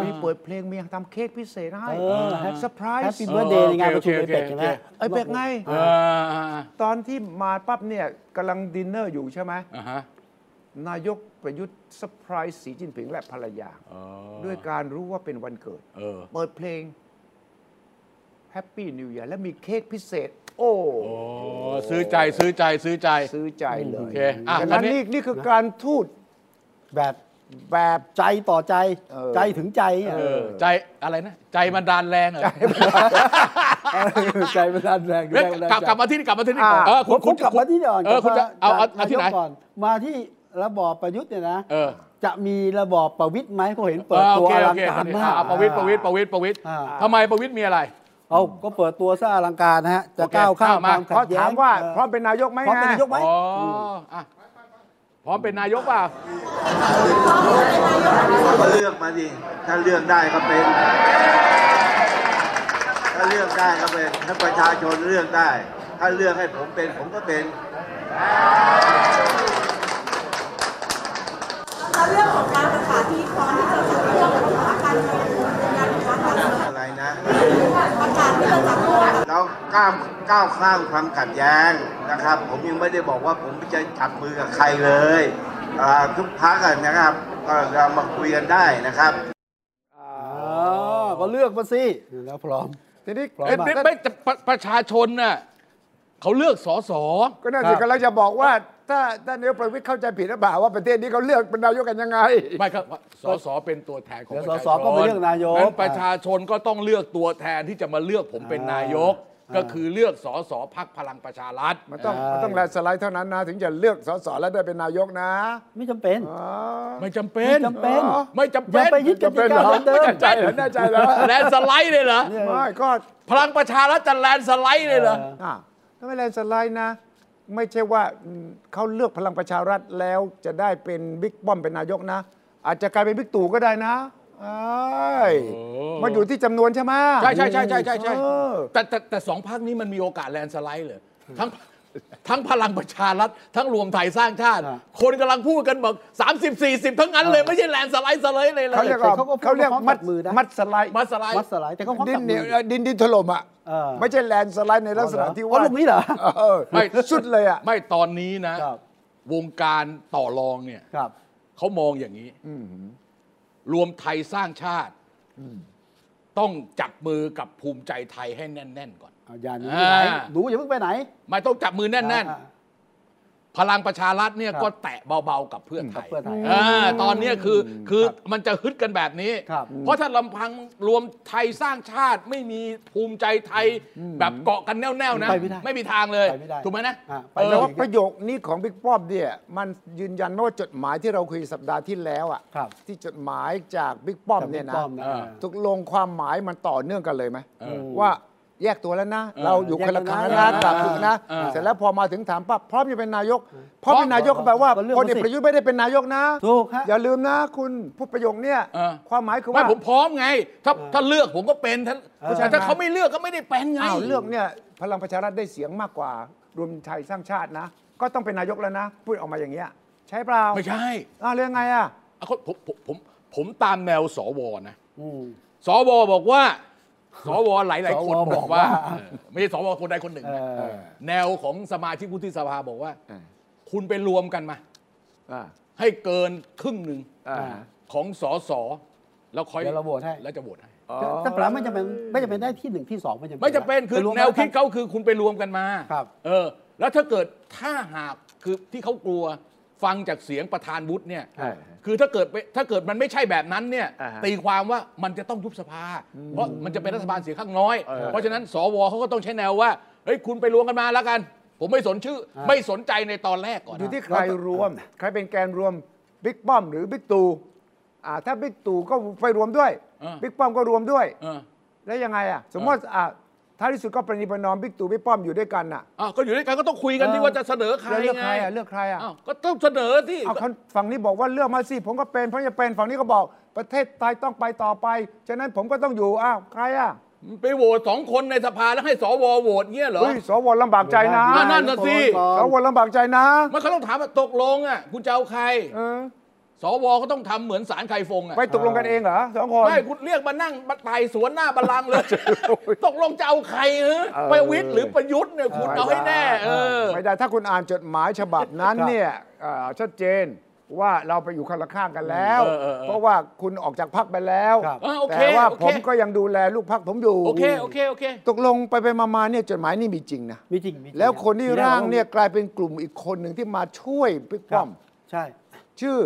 Speaker 4: มีเปิดเพลงมีทำเค้กพิเศษให้
Speaker 2: เออ
Speaker 4: เซอร์ไพร
Speaker 2: แฮป
Speaker 4: ส์
Speaker 2: ปี้เบิร์ดเดย์ในงาน
Speaker 3: โอ
Speaker 2: ประ
Speaker 3: เค
Speaker 2: ชุมไอ
Speaker 3: โอเค
Speaker 2: เป็กใช่ไหม
Speaker 3: โอเค
Speaker 4: ไอ้เป็กไง
Speaker 3: เออ
Speaker 4: ตอนที่มาปั๊บเนี่ยกำลังดินเนอร์อยู่ใช่ไหม
Speaker 3: อ่าฮะ
Speaker 4: นายกประยุทธ์เซอร์ไพรส์สีจิ้นผิงและภรรยา
Speaker 3: เออ
Speaker 4: ด้วยการรู้ว่าเป็นวันเกิด
Speaker 3: เออ
Speaker 4: เปิดเพลง Happy New Year และมีเค้กพิเศษ โอ้
Speaker 3: โอ้ซื้อใจซื้อใจซื้อใจ
Speaker 4: ซื้อใจเล
Speaker 3: โอย เคอ่ะ
Speaker 4: ดัง
Speaker 3: ตอ
Speaker 4: นั้น น
Speaker 3: นี้
Speaker 4: นี่นี่คือการทูต
Speaker 2: แบบ
Speaker 4: แบบ
Speaker 2: ใจต่อใจ
Speaker 4: เออ
Speaker 2: ใจถึงใจอ่ะ
Speaker 3: เออใจอะไรนะ ใจมันดานแรงเหรอ
Speaker 2: ใจมันดันแรง
Speaker 3: เฮ้ย
Speaker 2: ใจมันดัน
Speaker 3: กลับ
Speaker 2: ใจ
Speaker 3: กลับมาที่นี่กลับมาที่นี่ก่อน
Speaker 4: อ่ะ
Speaker 3: เออคุณ
Speaker 2: ผ
Speaker 3: คุ
Speaker 2: ม
Speaker 3: ณ
Speaker 2: กลับมาที่ก่อน
Speaker 3: เออคุณจะเอาเอาเอาที่ไหน
Speaker 2: ยกก่อนมาที่ระบอบประยุทธ์เนี่ยนะ
Speaker 3: เออ
Speaker 2: จะมีระบอบประวิตยไหมเขาเห็นเปิด
Speaker 3: ออ
Speaker 2: ตัวอลัง
Speaker 3: โเค
Speaker 2: การ
Speaker 3: โเค
Speaker 2: มาก
Speaker 3: อ่ะประวิตรประวิตรประวิตรประวิตร
Speaker 2: อ่า
Speaker 3: ทำไมประวิตรมีอะไร
Speaker 2: เอาก็เปิดตัวซะอลังการนะฮะจะ
Speaker 3: โอเค
Speaker 2: ก้าวข้ามค
Speaker 3: อ่ะ
Speaker 2: วาม
Speaker 3: มา
Speaker 2: ขั
Speaker 4: เขา
Speaker 2: ดแย้ง
Speaker 4: ถามว่า
Speaker 2: เ
Speaker 4: พร้อมเป็นนายกไหม
Speaker 2: พร้อมเป็นนายก
Speaker 4: ไง
Speaker 2: ไหม
Speaker 3: อ๋ออ่ะพร้อมเป็นนายกเปล่า
Speaker 5: ก็เลือกมาดิ ถ้าเลือกได้ก็เป็น ถ้าเลือกได้ก็เป็น ถ้าประชาชนเลือกได้ ถ้าเลือกให้ผมเป็น ผมก็เป็น
Speaker 6: แล้วเรื่องของการประกาศที่พร้อมที่จะจัดเรื่องของภาคการเมืองการประกาศการเมือง
Speaker 5: อะไรนะ
Speaker 6: ประกาศที่จะจัดร่วม
Speaker 5: เราก้าวก้าวข้ามความขัดแย้งนะครับ ผมยังไม่ได้บอกว่าผมจะจับมือกับใครเลยอ่าทุกพักนนะครับก็เรามาคุยกันได้นะครับ
Speaker 2: อ๋อก็เลือกมาสิแล้วพร้อม
Speaker 4: ทีนี้
Speaker 2: พร้อม
Speaker 3: เอ้ย
Speaker 2: มา
Speaker 3: ไม่ไม่จะประประชาชนน่ะเขาเลือกสส
Speaker 4: ก็น่าสิกำลังจะบอกว่า ถ้าถ้านายกประวิตยเข้าใจผิดหรือเปล่าว่าประเทศนี้เขาเลือกเป็นนายกกันยังไง
Speaker 3: ไม่ครับสสเป็นตัวแทนของ
Speaker 2: เดี๋
Speaker 3: ป
Speaker 2: ย
Speaker 3: ระ
Speaker 2: ว
Speaker 3: ชาช
Speaker 2: สส
Speaker 3: น
Speaker 2: ก็ไปเลือกนายก
Speaker 3: งั้นประชาชนก็ต้องเลือกตัวแทนที่จะมาเลือกผมเป็นนายก
Speaker 2: อ่า
Speaker 3: ก็คือเลือกสสพักพลังประชารัฐ
Speaker 4: มันต้อง
Speaker 2: ใช่
Speaker 4: มันต้องแลนด์สไลด์เท่านั้นนะ ถึงจะเลือกสสแล้วได้เป็นนายกนะ
Speaker 2: ไม่จำเป็น
Speaker 4: อ๋อ
Speaker 3: ไม่จำเป็น
Speaker 2: ไม่จำเป็น
Speaker 3: ไม่จำ
Speaker 2: อ
Speaker 3: เป็
Speaker 2: ย่านไปยึดกันที่เก้าวเดิม
Speaker 4: แน่ใจเหรอแน่ใจเหรอ
Speaker 3: แลนด์สไลด์เลยเหรอ
Speaker 4: ไม่ก็
Speaker 3: พลังประชารัฐจะแลนด์สไลด์เลยเหรอ
Speaker 4: อ่ะถ้าไม่แลนด์สไลด์นะ ไม่ใช่ว่าอืมเขาเลือกพลังประชารัฐแล้วจะได้เป็นบิ๊กป้อมเป็นนายกนะ อาจจะกลายเป็นบิ๊กตู่ก็ได้นะเอ้ยมันอยู่ที่จำนวนใช่ไหม
Speaker 3: ใช่ใช่ใช่ใช่ใช่ใช่
Speaker 4: เออ
Speaker 3: แต่แต่แต่สองพักนี้มันมีโอกาสแลนด์สไลด์เลยทั้งทั้งพลังประชารัฐ ทั้งรวมไทยสร้างชาติ คนกำลังพูดกันบอก 30 40 ทั้งนั้นเลยไม่ใช่แลนด์สไลด์สไลด์เลยเลย
Speaker 4: เขาเรียกว่าเขาเรียกมัด
Speaker 2: มือนะ
Speaker 4: มัดสไลด์
Speaker 3: มาสไลด์
Speaker 2: มัดสลายแต่เขาพร้อม
Speaker 4: ดิน
Speaker 2: จับ
Speaker 4: เหนี
Speaker 2: มื
Speaker 4: ย
Speaker 2: อ
Speaker 4: วเอ่อดินดินถล่มอ่ะ
Speaker 2: เออ
Speaker 4: ไม่ใช่แลนด์สไลด์ในลักษณะที่ว่า
Speaker 2: อ๋อลูกนี้เหรอ
Speaker 4: เออ
Speaker 3: ไม่
Speaker 4: สุดเลยอ่ะ
Speaker 3: ไม่ตอนนี้นะ
Speaker 2: ครับ
Speaker 3: วงการต่อรองเนี่ย
Speaker 2: ครับ
Speaker 3: เขามองอย่างนี้รวมไทยสร้างชาติ ต้องจับมือกับภูมิใจไทยให้แน่น ๆ ก่อน
Speaker 2: เอาอย่าหนีไปไหน
Speaker 3: อ่า
Speaker 2: หนูอย่าเพิ่งไปไหน
Speaker 3: ไม่ต้องจับมือแน่น
Speaker 2: อ่า
Speaker 3: ๆ พลังประชารัฐเนี่ย
Speaker 2: ครับ
Speaker 3: ก็แตะเบา ๆ กับเพื่อไท
Speaker 2: กับ
Speaker 3: ย
Speaker 2: เพื่อไทย
Speaker 3: าตอนเนี้ยคือคือมันจะฮึดกันแบบนี้
Speaker 2: ครับ
Speaker 3: เพราะถ้าลำพังรวมไทยสร้างชาติไม่มีภูมิใจไทย แบบเกาะกันแน่วๆนะ
Speaker 2: ไปไม่ได้
Speaker 3: มีทางเลย
Speaker 2: ไปไม่ได้
Speaker 3: ถูกไหมนะ
Speaker 2: อ่าไป
Speaker 3: เออ
Speaker 4: แต่ว่าประโยคนี้ของบิ๊กป้อมเนี่ยมันยืนยันว่าจดหมายที่เราคุยสัปดาห์ที่แล้วอ่ะ
Speaker 2: ครับ
Speaker 4: ที่จดหมายจากบิ๊กป้อม
Speaker 2: จับมื
Speaker 4: เนี่
Speaker 2: อย ป
Speaker 4: นะ
Speaker 2: ลอมนะ
Speaker 3: อ่า
Speaker 4: ตกลงความหมายมันต่อเนื่องกันเลยไหม
Speaker 3: เออ
Speaker 4: ว่าแยกตัวแล้วนะ เราอยู่คนละคณะนะ
Speaker 2: แยกกันนะ
Speaker 4: ต่างกันนะ
Speaker 3: เออ
Speaker 4: เสร็จแล้วพอมาถึงถามปั๊บพร้อมจะเป็นนายกพร้อม
Speaker 3: พร้อม
Speaker 4: เป็นนายกก็แปลว่า
Speaker 2: ก็เลือก
Speaker 4: พลเอก
Speaker 2: มาสิ
Speaker 4: ประยุทธ์ไม่ได้เป็นนายกนะ
Speaker 2: ถูกฮะ
Speaker 4: อย่าลืมนะคุณผู้ประโยคเนี่ย
Speaker 3: เออ
Speaker 4: ความหมายคือ
Speaker 3: ไม่
Speaker 4: ว่า
Speaker 3: ผมพร้อมไง ถ้าถ้าเลือกผมก็เป็นถ้าถ้าเขาไม่เลือกก็ไม่ได้เป็นไง
Speaker 4: อ้าวเลือกเนี่ยพลังประชารัฐได้เสียงมากกว่ารวมไทยสร้างชาตินะ ก็ต้องเป็นนายกแล้วนะพูดออกมาอย่างเงี้ยใช่เปล่า
Speaker 3: ไม่ใช่
Speaker 4: อ้าวเรื่องไงอ่ะ
Speaker 3: อ่ะเขาผมผมผมผมตามแนวสวนะ
Speaker 2: อืม
Speaker 3: สวบอกว่า สวหลายหลายๆคน
Speaker 2: สว
Speaker 3: บอกว่า
Speaker 2: บอกว่า
Speaker 3: เออไม่ใช่สวคนใดคนหนึ่งนะ
Speaker 2: เออ
Speaker 3: แนวของสมาชิกวุฒิสภาบอกว่า
Speaker 4: เออ
Speaker 3: คุณไปรวมกันมา
Speaker 4: อ่า
Speaker 3: ให้เกินครึ่งหนึ่ง
Speaker 4: อ่า
Speaker 3: ของสสแล้วคอย
Speaker 2: เดี๋ยวเราโหวตให้
Speaker 3: แล้วจะโหวตให้
Speaker 2: แต่ปลาไม่จำเป็นไม่จำเป็นได้ที่หนึ่งที่สองไม่จำเป็น
Speaker 3: ไม่จะเป็นคือ
Speaker 2: ไรม
Speaker 3: แนวคิด
Speaker 2: กั
Speaker 3: เขาคือคุณไปรวมกันมา
Speaker 2: ครับ
Speaker 3: เออ แล้วถ้าเกิดถ้าหากคือที่เขากลัวฟังจากเสียงประธานวุฒิเนี่ย
Speaker 4: ใช่
Speaker 3: คือถ้าเกิดไปถ้าเกิดมันไม่ใช่แบบนั้นเนี่ย
Speaker 4: อ่าฮะ
Speaker 3: ตีความว่ามันจะต้องยุบสภา เพราะมันจะเป็นรัฐบาลเสียงข้างน้อย เพราะฉะนั้นสวเขาก็ต้องใช้แนวว่าเฮ้ยคุณไปรวมกันมาแล้วกัน ผมไม่สนชื่อ
Speaker 2: อ่า
Speaker 3: ไม่สนใจในตอนแรกก่อน
Speaker 4: อยู่ที่ใครรวม ใครเป็นแกนรวมบิ๊กป้อมหรือบิ๊กตู่อ่าถ้าบิ๊กตู่ก็ไปรวมด้วยบิ๊กป้อมก็รวมด้วย
Speaker 3: เออ
Speaker 4: แล้วยังไงอ่ะ สมมติอ่าท้ายที่สุดก็ประนีประนอมบิ๊กตู่บิ๊กป้อมอยู่ด้วยกันน่ะ
Speaker 3: อ่ะก็อยู่ด้วยกันก็ต้องคุยกันที่ว่าจะเสนอใคร
Speaker 4: แล้วเลือก
Speaker 3: ไง
Speaker 4: ใครอ่ะเลือกใครอ่ะ
Speaker 3: อ้าวก็ต้องเสนอที่
Speaker 4: เอาเขาฝั่งนี้บอกว่าเลือกมาสิผมก็เป็นเพราะจะเป็นฝั่งนี้ก็บอกประเทศไทยต้องไปต่อไปฉะนั้นผมก็ต้องอยู่อ้าวใครอ่ะ
Speaker 3: ไปโหวตสองคนในสภาแล้วให้สวโหวตเงี้ยเหรอ
Speaker 4: เฮ้ยสวลำบากใจนะ
Speaker 3: ไม่ได้ นั่นน่ะสิ
Speaker 4: สวลำบากใจนะ
Speaker 3: มันเขาต้องถามว่าตกลงอ่ะคุณจะเอาใคร
Speaker 4: เออ
Speaker 3: สวก็ต้องทำเหมือนสารไข่ฟงอ่ะ
Speaker 4: ไปตกลงกันเองเหรอสองคน
Speaker 3: ไม่คุณเรียกมานั่งมาไต่สวนหน้าบัลลังก์เลย ตกลงจะเอาใครฮะ
Speaker 4: เออ
Speaker 3: ประวิตยหรือประยุทธ์เนี่ยคุณเอาให้แน่ เออ
Speaker 4: ไม่ได้ถ้าคุณอ่านจดหมายฉบับนั้น
Speaker 2: ครับ
Speaker 4: เนี่ยเอ่อชัดเจนว่าเราไปอยู่คนละข้างกันแล้ว
Speaker 3: เออเออเออ
Speaker 4: เพราะว่าคุณออกจากพักไปแล้ว
Speaker 3: เออโอเค
Speaker 4: แต่ว่า
Speaker 3: โอเค
Speaker 4: ผมก็ยังดูแลลูกพักผมอยู่
Speaker 3: โอเคโอเคโอเค
Speaker 4: ตกลงไปไปมามาเนี่ยจดหมายนี่มีจริงนะ
Speaker 2: มีจริงมีจริง
Speaker 4: แล้วคนที่
Speaker 2: มีแ
Speaker 4: ร่างเนี่ยกลายเป็นกลุ่มอีกคนหนึ่งที่มาช่วยพิก
Speaker 2: ค
Speaker 4: ป้
Speaker 2: รั
Speaker 4: อบ ม
Speaker 2: ใช่
Speaker 4: ชื่อ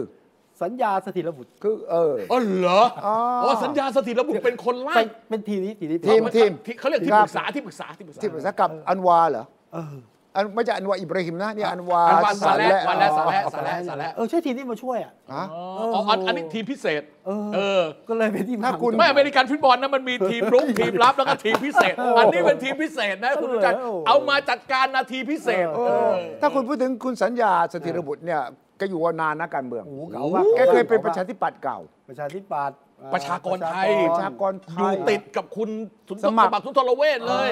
Speaker 2: สัญญาสถิรบุตร
Speaker 4: คือเออ
Speaker 3: อ๋อเหรอ
Speaker 4: อ๋ออ๋
Speaker 3: อ๋อสัญญาสถิรบุตรเป็นคนล่าง
Speaker 2: เป็นเป็นทีมนี้ทีมนี้
Speaker 4: ทีม
Speaker 3: เขาเรียกที่ปรึกษาที่ปรึกษาที่ปรึกษา
Speaker 4: ที่ปรึกษากับอันวาร์เหรอ
Speaker 2: เออ
Speaker 4: อันไม่ใช่อันวาร์อิบราฮิมนะเนี่ยอันวาร์
Speaker 3: อันวาร์
Speaker 4: สา
Speaker 3: สาแล
Speaker 4: แล
Speaker 3: วาแล
Speaker 4: ะ
Speaker 3: สาระสาระสาระ
Speaker 2: เออใช่ทีมที่มาช่วยอ่ะ
Speaker 4: ฮะ
Speaker 3: อ๋ออ๋ออันอันนี้ทีมพิเศษ
Speaker 2: เออ
Speaker 3: เออ
Speaker 2: ก็เลยเป็นที่มา
Speaker 4: ถ้าคุณ
Speaker 3: ไม่อเมริกันฟุตบอลนะมันมีทีมรุกทีมรับแล้วก็ทีมพิเศษ อันนี้เป็นทีมพิเศษนะคุณอาจารย์เอามาจัดการนาทีพิเศษเออ
Speaker 4: ถ้าคุณพูดถึงคุณสัญญาสถิรบุตรเนี่ยแก็อยู่มานานนะการเมือง
Speaker 2: โอ้โหเก่ามาก
Speaker 4: แกเคยเป็นประชาธิปัตย์เก่า
Speaker 2: ประชาธิปัตย์อ่
Speaker 3: ประชากรไทย
Speaker 4: ประ
Speaker 2: ประ
Speaker 4: ชา
Speaker 2: ชาก กร
Speaker 4: รไท
Speaker 3: อยู่
Speaker 4: ย
Speaker 3: ติดกับคุณสุนท
Speaker 4: ส
Speaker 3: ร
Speaker 4: มัคร
Speaker 3: บัตรสุนทรเวชเลย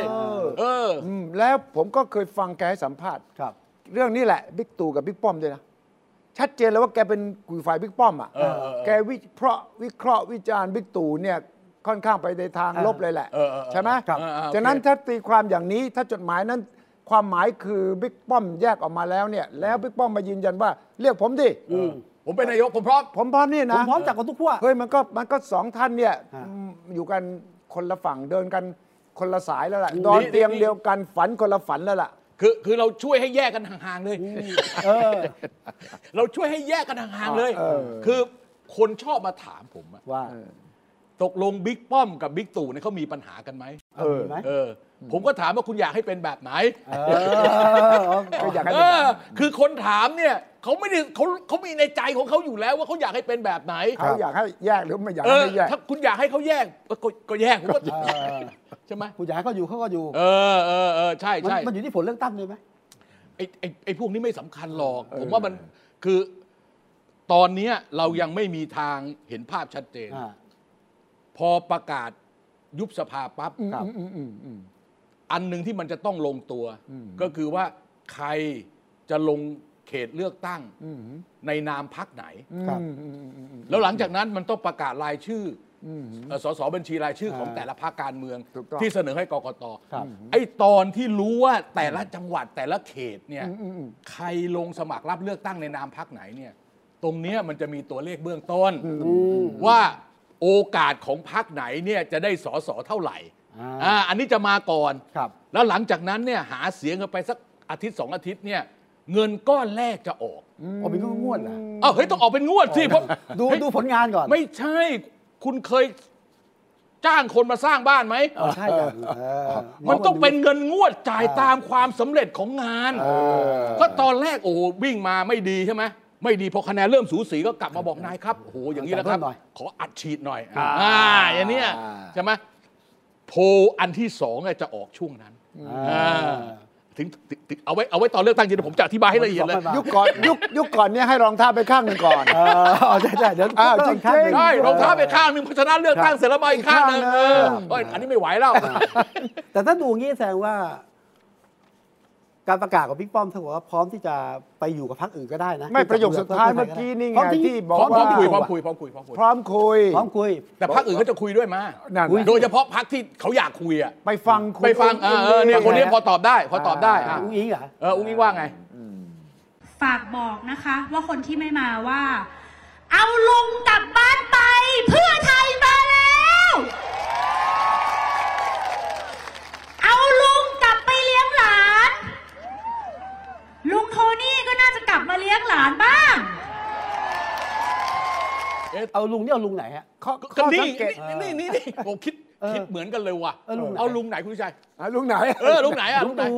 Speaker 3: เออ
Speaker 4: อืมแล้วผมก็เคยฟังแกให้สัมภาษณ์
Speaker 2: ครับ
Speaker 4: เรื่องนี้แหละบิ๊กตู่กับบิ๊กป้อมด้วยนะ ชัดเจนแล้วว่าแกเป็นกุยฝ่ายบิ๊กป้อมอ่ะ
Speaker 3: เออเออเออ
Speaker 4: แกวิเคราะห์วิเคราะห์วิจารณ์บิ๊กตู่เนี่ยค่อนข้างไปในทาง
Speaker 2: เออ
Speaker 4: ลบเลยแหละ
Speaker 3: เออเออเออ
Speaker 4: ใช่ไหม
Speaker 3: ครับเออเออโอเค
Speaker 4: ฉะนั้นถ้าตีความอย่างนี้ถ้าจดหมายนั้น ความหมายคือบิ๊กป้อมแยกออกมาแล้วเนี่ยแล้วบิ๊กป้อมมายืนยันว่าเรียกผมดิ
Speaker 3: อผมเป็นนายกผมพร้อม
Speaker 4: ผมพร้อมนี่
Speaker 2: ผ
Speaker 4: นะ
Speaker 2: มพร้อมจากคนทุกขั้ว
Speaker 4: เฮ้ยมันก็มันก็สองท่านเนี่ย
Speaker 2: ฮะ
Speaker 4: อืมอยู่กันคนละฝั่งเดินกันคนละสายแล้วล่ะ
Speaker 3: นี่
Speaker 4: นอนเตียง
Speaker 3: นี่
Speaker 4: เดียวกันฝันคนละฝันแล้วล่ะ
Speaker 3: คือคือเราช่วยให้แยกกันห่างๆเลย
Speaker 2: เออ
Speaker 3: เราช่วยให้แยกกันห่างๆเลย
Speaker 4: เออ
Speaker 3: คือคนชอบมาถามผมอะ
Speaker 2: ว่า
Speaker 3: ตกลงบิ๊กป้อมกับบิ๊กตู่เนี่ยเขามีปัญหากันไหม
Speaker 2: เออมีไหม
Speaker 3: เออ ผมก็ถามว่าคุณอยากให้เป็นแบบไหน
Speaker 2: เออ
Speaker 4: ก็อยากให้
Speaker 3: เอ
Speaker 4: เป็นแบ
Speaker 3: อ
Speaker 4: บนั้น
Speaker 3: คือคนถามเนี่ยเขาไม่ได้เขาเขามีในใจของเขาอยู่แล้วว่าเขาอยากให้เป็นแบบไหน
Speaker 4: เขาอยากให้แยกหรือไม่อยาก
Speaker 3: เอ
Speaker 4: ให้
Speaker 3: อ
Speaker 4: ไม่แยก
Speaker 3: ถ้าคุณอยากให้เขาแยกก็ก็ก็แยกผมก็
Speaker 2: เออ
Speaker 3: ใช่ไหม
Speaker 2: คุณอยากให้เขาอยู่เขาก็อยู่
Speaker 3: เออเออเออใช่
Speaker 2: มัน
Speaker 3: ใช่
Speaker 2: มันอยู่ที่ผลเลือกตั้งเลยไหม
Speaker 3: ไอไอไอพวกนี้ไม่สำคัญหรอก ผมว่ามันคือตอนเนี้ยเรายังไม่มีทางเห็นภาพชัดเจน
Speaker 2: อ่า
Speaker 3: พอประกาศยุบสภาปั๊บ
Speaker 2: ครับ
Speaker 3: อันหนึ่งที่มันจะต้องลงตัว ก็คือว่าใครจะลงเขตเลือกตั้งในนามพักไหน
Speaker 2: ครับ
Speaker 3: แล้วหลังจากนั้นมันต้องประกาศรายชื่ออเอ่อสสบัญชีรายชื่อของแต่ละพรรคการเมือง
Speaker 4: ถูกต้อง
Speaker 3: ที่เสนอให้กกต
Speaker 2: ครับ
Speaker 3: ไอ้ตอนที่รู้ว่าแต่ละจังหวัดแต่ละเขตเนี่ยใครลงสมัครรับเลือกตั้งในนามพรรคไหนเนี่ยตรงเนี้ยมันจะมีตัวเลขเบื้องต้น
Speaker 2: ม
Speaker 3: ว่าโอกาสของพรรคไหนเนี่ยจะได้สสเท่าไหร่
Speaker 2: อ่า
Speaker 3: อ่าอันนี้จะมาก่อน
Speaker 2: ครับ
Speaker 3: แล้วหลังจากนั้นเนี่ยหาเสียงกันไปสักอาทิตย์สองอาทิตย์เนี่ยเงินก้อนแรกจะออก
Speaker 2: เอาเป็นงวดๆเหรอ
Speaker 3: เอ้าเฮ้ยต้องออกเป็นงวดสิเพราะ
Speaker 2: ดูดูผลงานก่อน
Speaker 3: ไม่ใช่ คุณเคยจ้างคนมาสร้างบ้านไหม
Speaker 2: เออใช่จ้ะเออ
Speaker 3: มันต้องเป็นเงินงวดจ่ายตามความสำเร็จของงาน ก็ตอนแรกโอ้โหวิ่งมาไม่ดีใช่ไหม ไม่ดีพอคะแนนเริ่มสูสีก็กลับมาบอกนายครับ โอ้โหอย่างนี้แล้วครับ ขออัดฉีดหน่อย อ่า อย่างเนี้ยใช่ไหมโพลอันที่สองเนี่ยจะออกช่วงนั้น
Speaker 2: อ่า
Speaker 3: อ่าถึงถึงถึงเอาไว้เอาไว้ตอนเลือกตั้งจริงๆผมจะอธิบายให้ละเอียดเลย
Speaker 2: วันที่สองไม่มา
Speaker 4: ยุคก่อน ยุคยุคก่อนเนี่ยให้รองเท้าไปข้างหนึ่งก่อน
Speaker 2: เออเอาใช่ใช่เดี๋ยว
Speaker 4: อ้าว
Speaker 2: ต้อง
Speaker 4: จริงๆ
Speaker 2: หนึ่
Speaker 3: ได้รองเท้าไปข้างหนึ่งเพราะชนะเลือกตั้งเสร็จแล้วมาอีกข้างหนึ่ง
Speaker 4: อีก
Speaker 3: เอ
Speaker 4: ข้างหนึ่
Speaker 3: อง เอ้ยอันนี้ไม่ไหวแล้ว
Speaker 2: แต่ถ้าดูงี้แสดงว่า การประกาศของบิ๊กป้อมถ้าบอกว่าพร้อมที่จะไปอยู่กับพรรคอื่นก็ได้นะ
Speaker 4: ไม่ประโยคสุดท้ายเมื่อกี้นี่ไง
Speaker 2: พร้ม
Speaker 4: ที่บอก
Speaker 3: พร้อมพร้
Speaker 4: ว่า
Speaker 3: อมคุยพร้อมคุยพร้อมคุยพร้อมคุย
Speaker 4: พ
Speaker 2: พ
Speaker 4: ร้อมคุย
Speaker 2: ร้อมคุย
Speaker 3: แต่พรรคอื่นเขาจะคุยด้วยมา
Speaker 4: นั่นแหละ
Speaker 3: โดยเฉพาะพรรคที่เขาอยากคุยอ่ะ
Speaker 4: ไปฟังคุณ
Speaker 3: ไปฟังเออเออเนี่ยคนนี้พอตอบได้ พอตอบได้อ่ะ
Speaker 2: อุ้งอิงเหรอ
Speaker 3: เอออุ้งอิงว่าไง
Speaker 7: ฝากบอกนะคะว่าคนที่ไม่มาว่า เอาลุงกลับบ้านไป เพื่อไทยมาแล้ว เอาลุงกลับไปเลี้ยงหลาน ลุงโทนี่ก็น่าจะกลับมาเลี้ยงหลานบ้าง
Speaker 2: เอาลุงนี่เอาลุงไหนฮะ
Speaker 4: ข้อ
Speaker 3: ก็
Speaker 4: ข้อ
Speaker 3: นี่
Speaker 4: สังเกต
Speaker 3: นี่นี่นี่นี่ผมคิดคิดเหมือนกันเลยว่ะ
Speaker 2: เออลุงไหน
Speaker 3: เอาลุงไหนคุณชัย
Speaker 4: อ่ะลุงไหน
Speaker 3: เออลุงไหนอ่ะ
Speaker 2: ลุ
Speaker 3: ลุ
Speaker 2: ง
Speaker 3: งไหน
Speaker 2: ตู่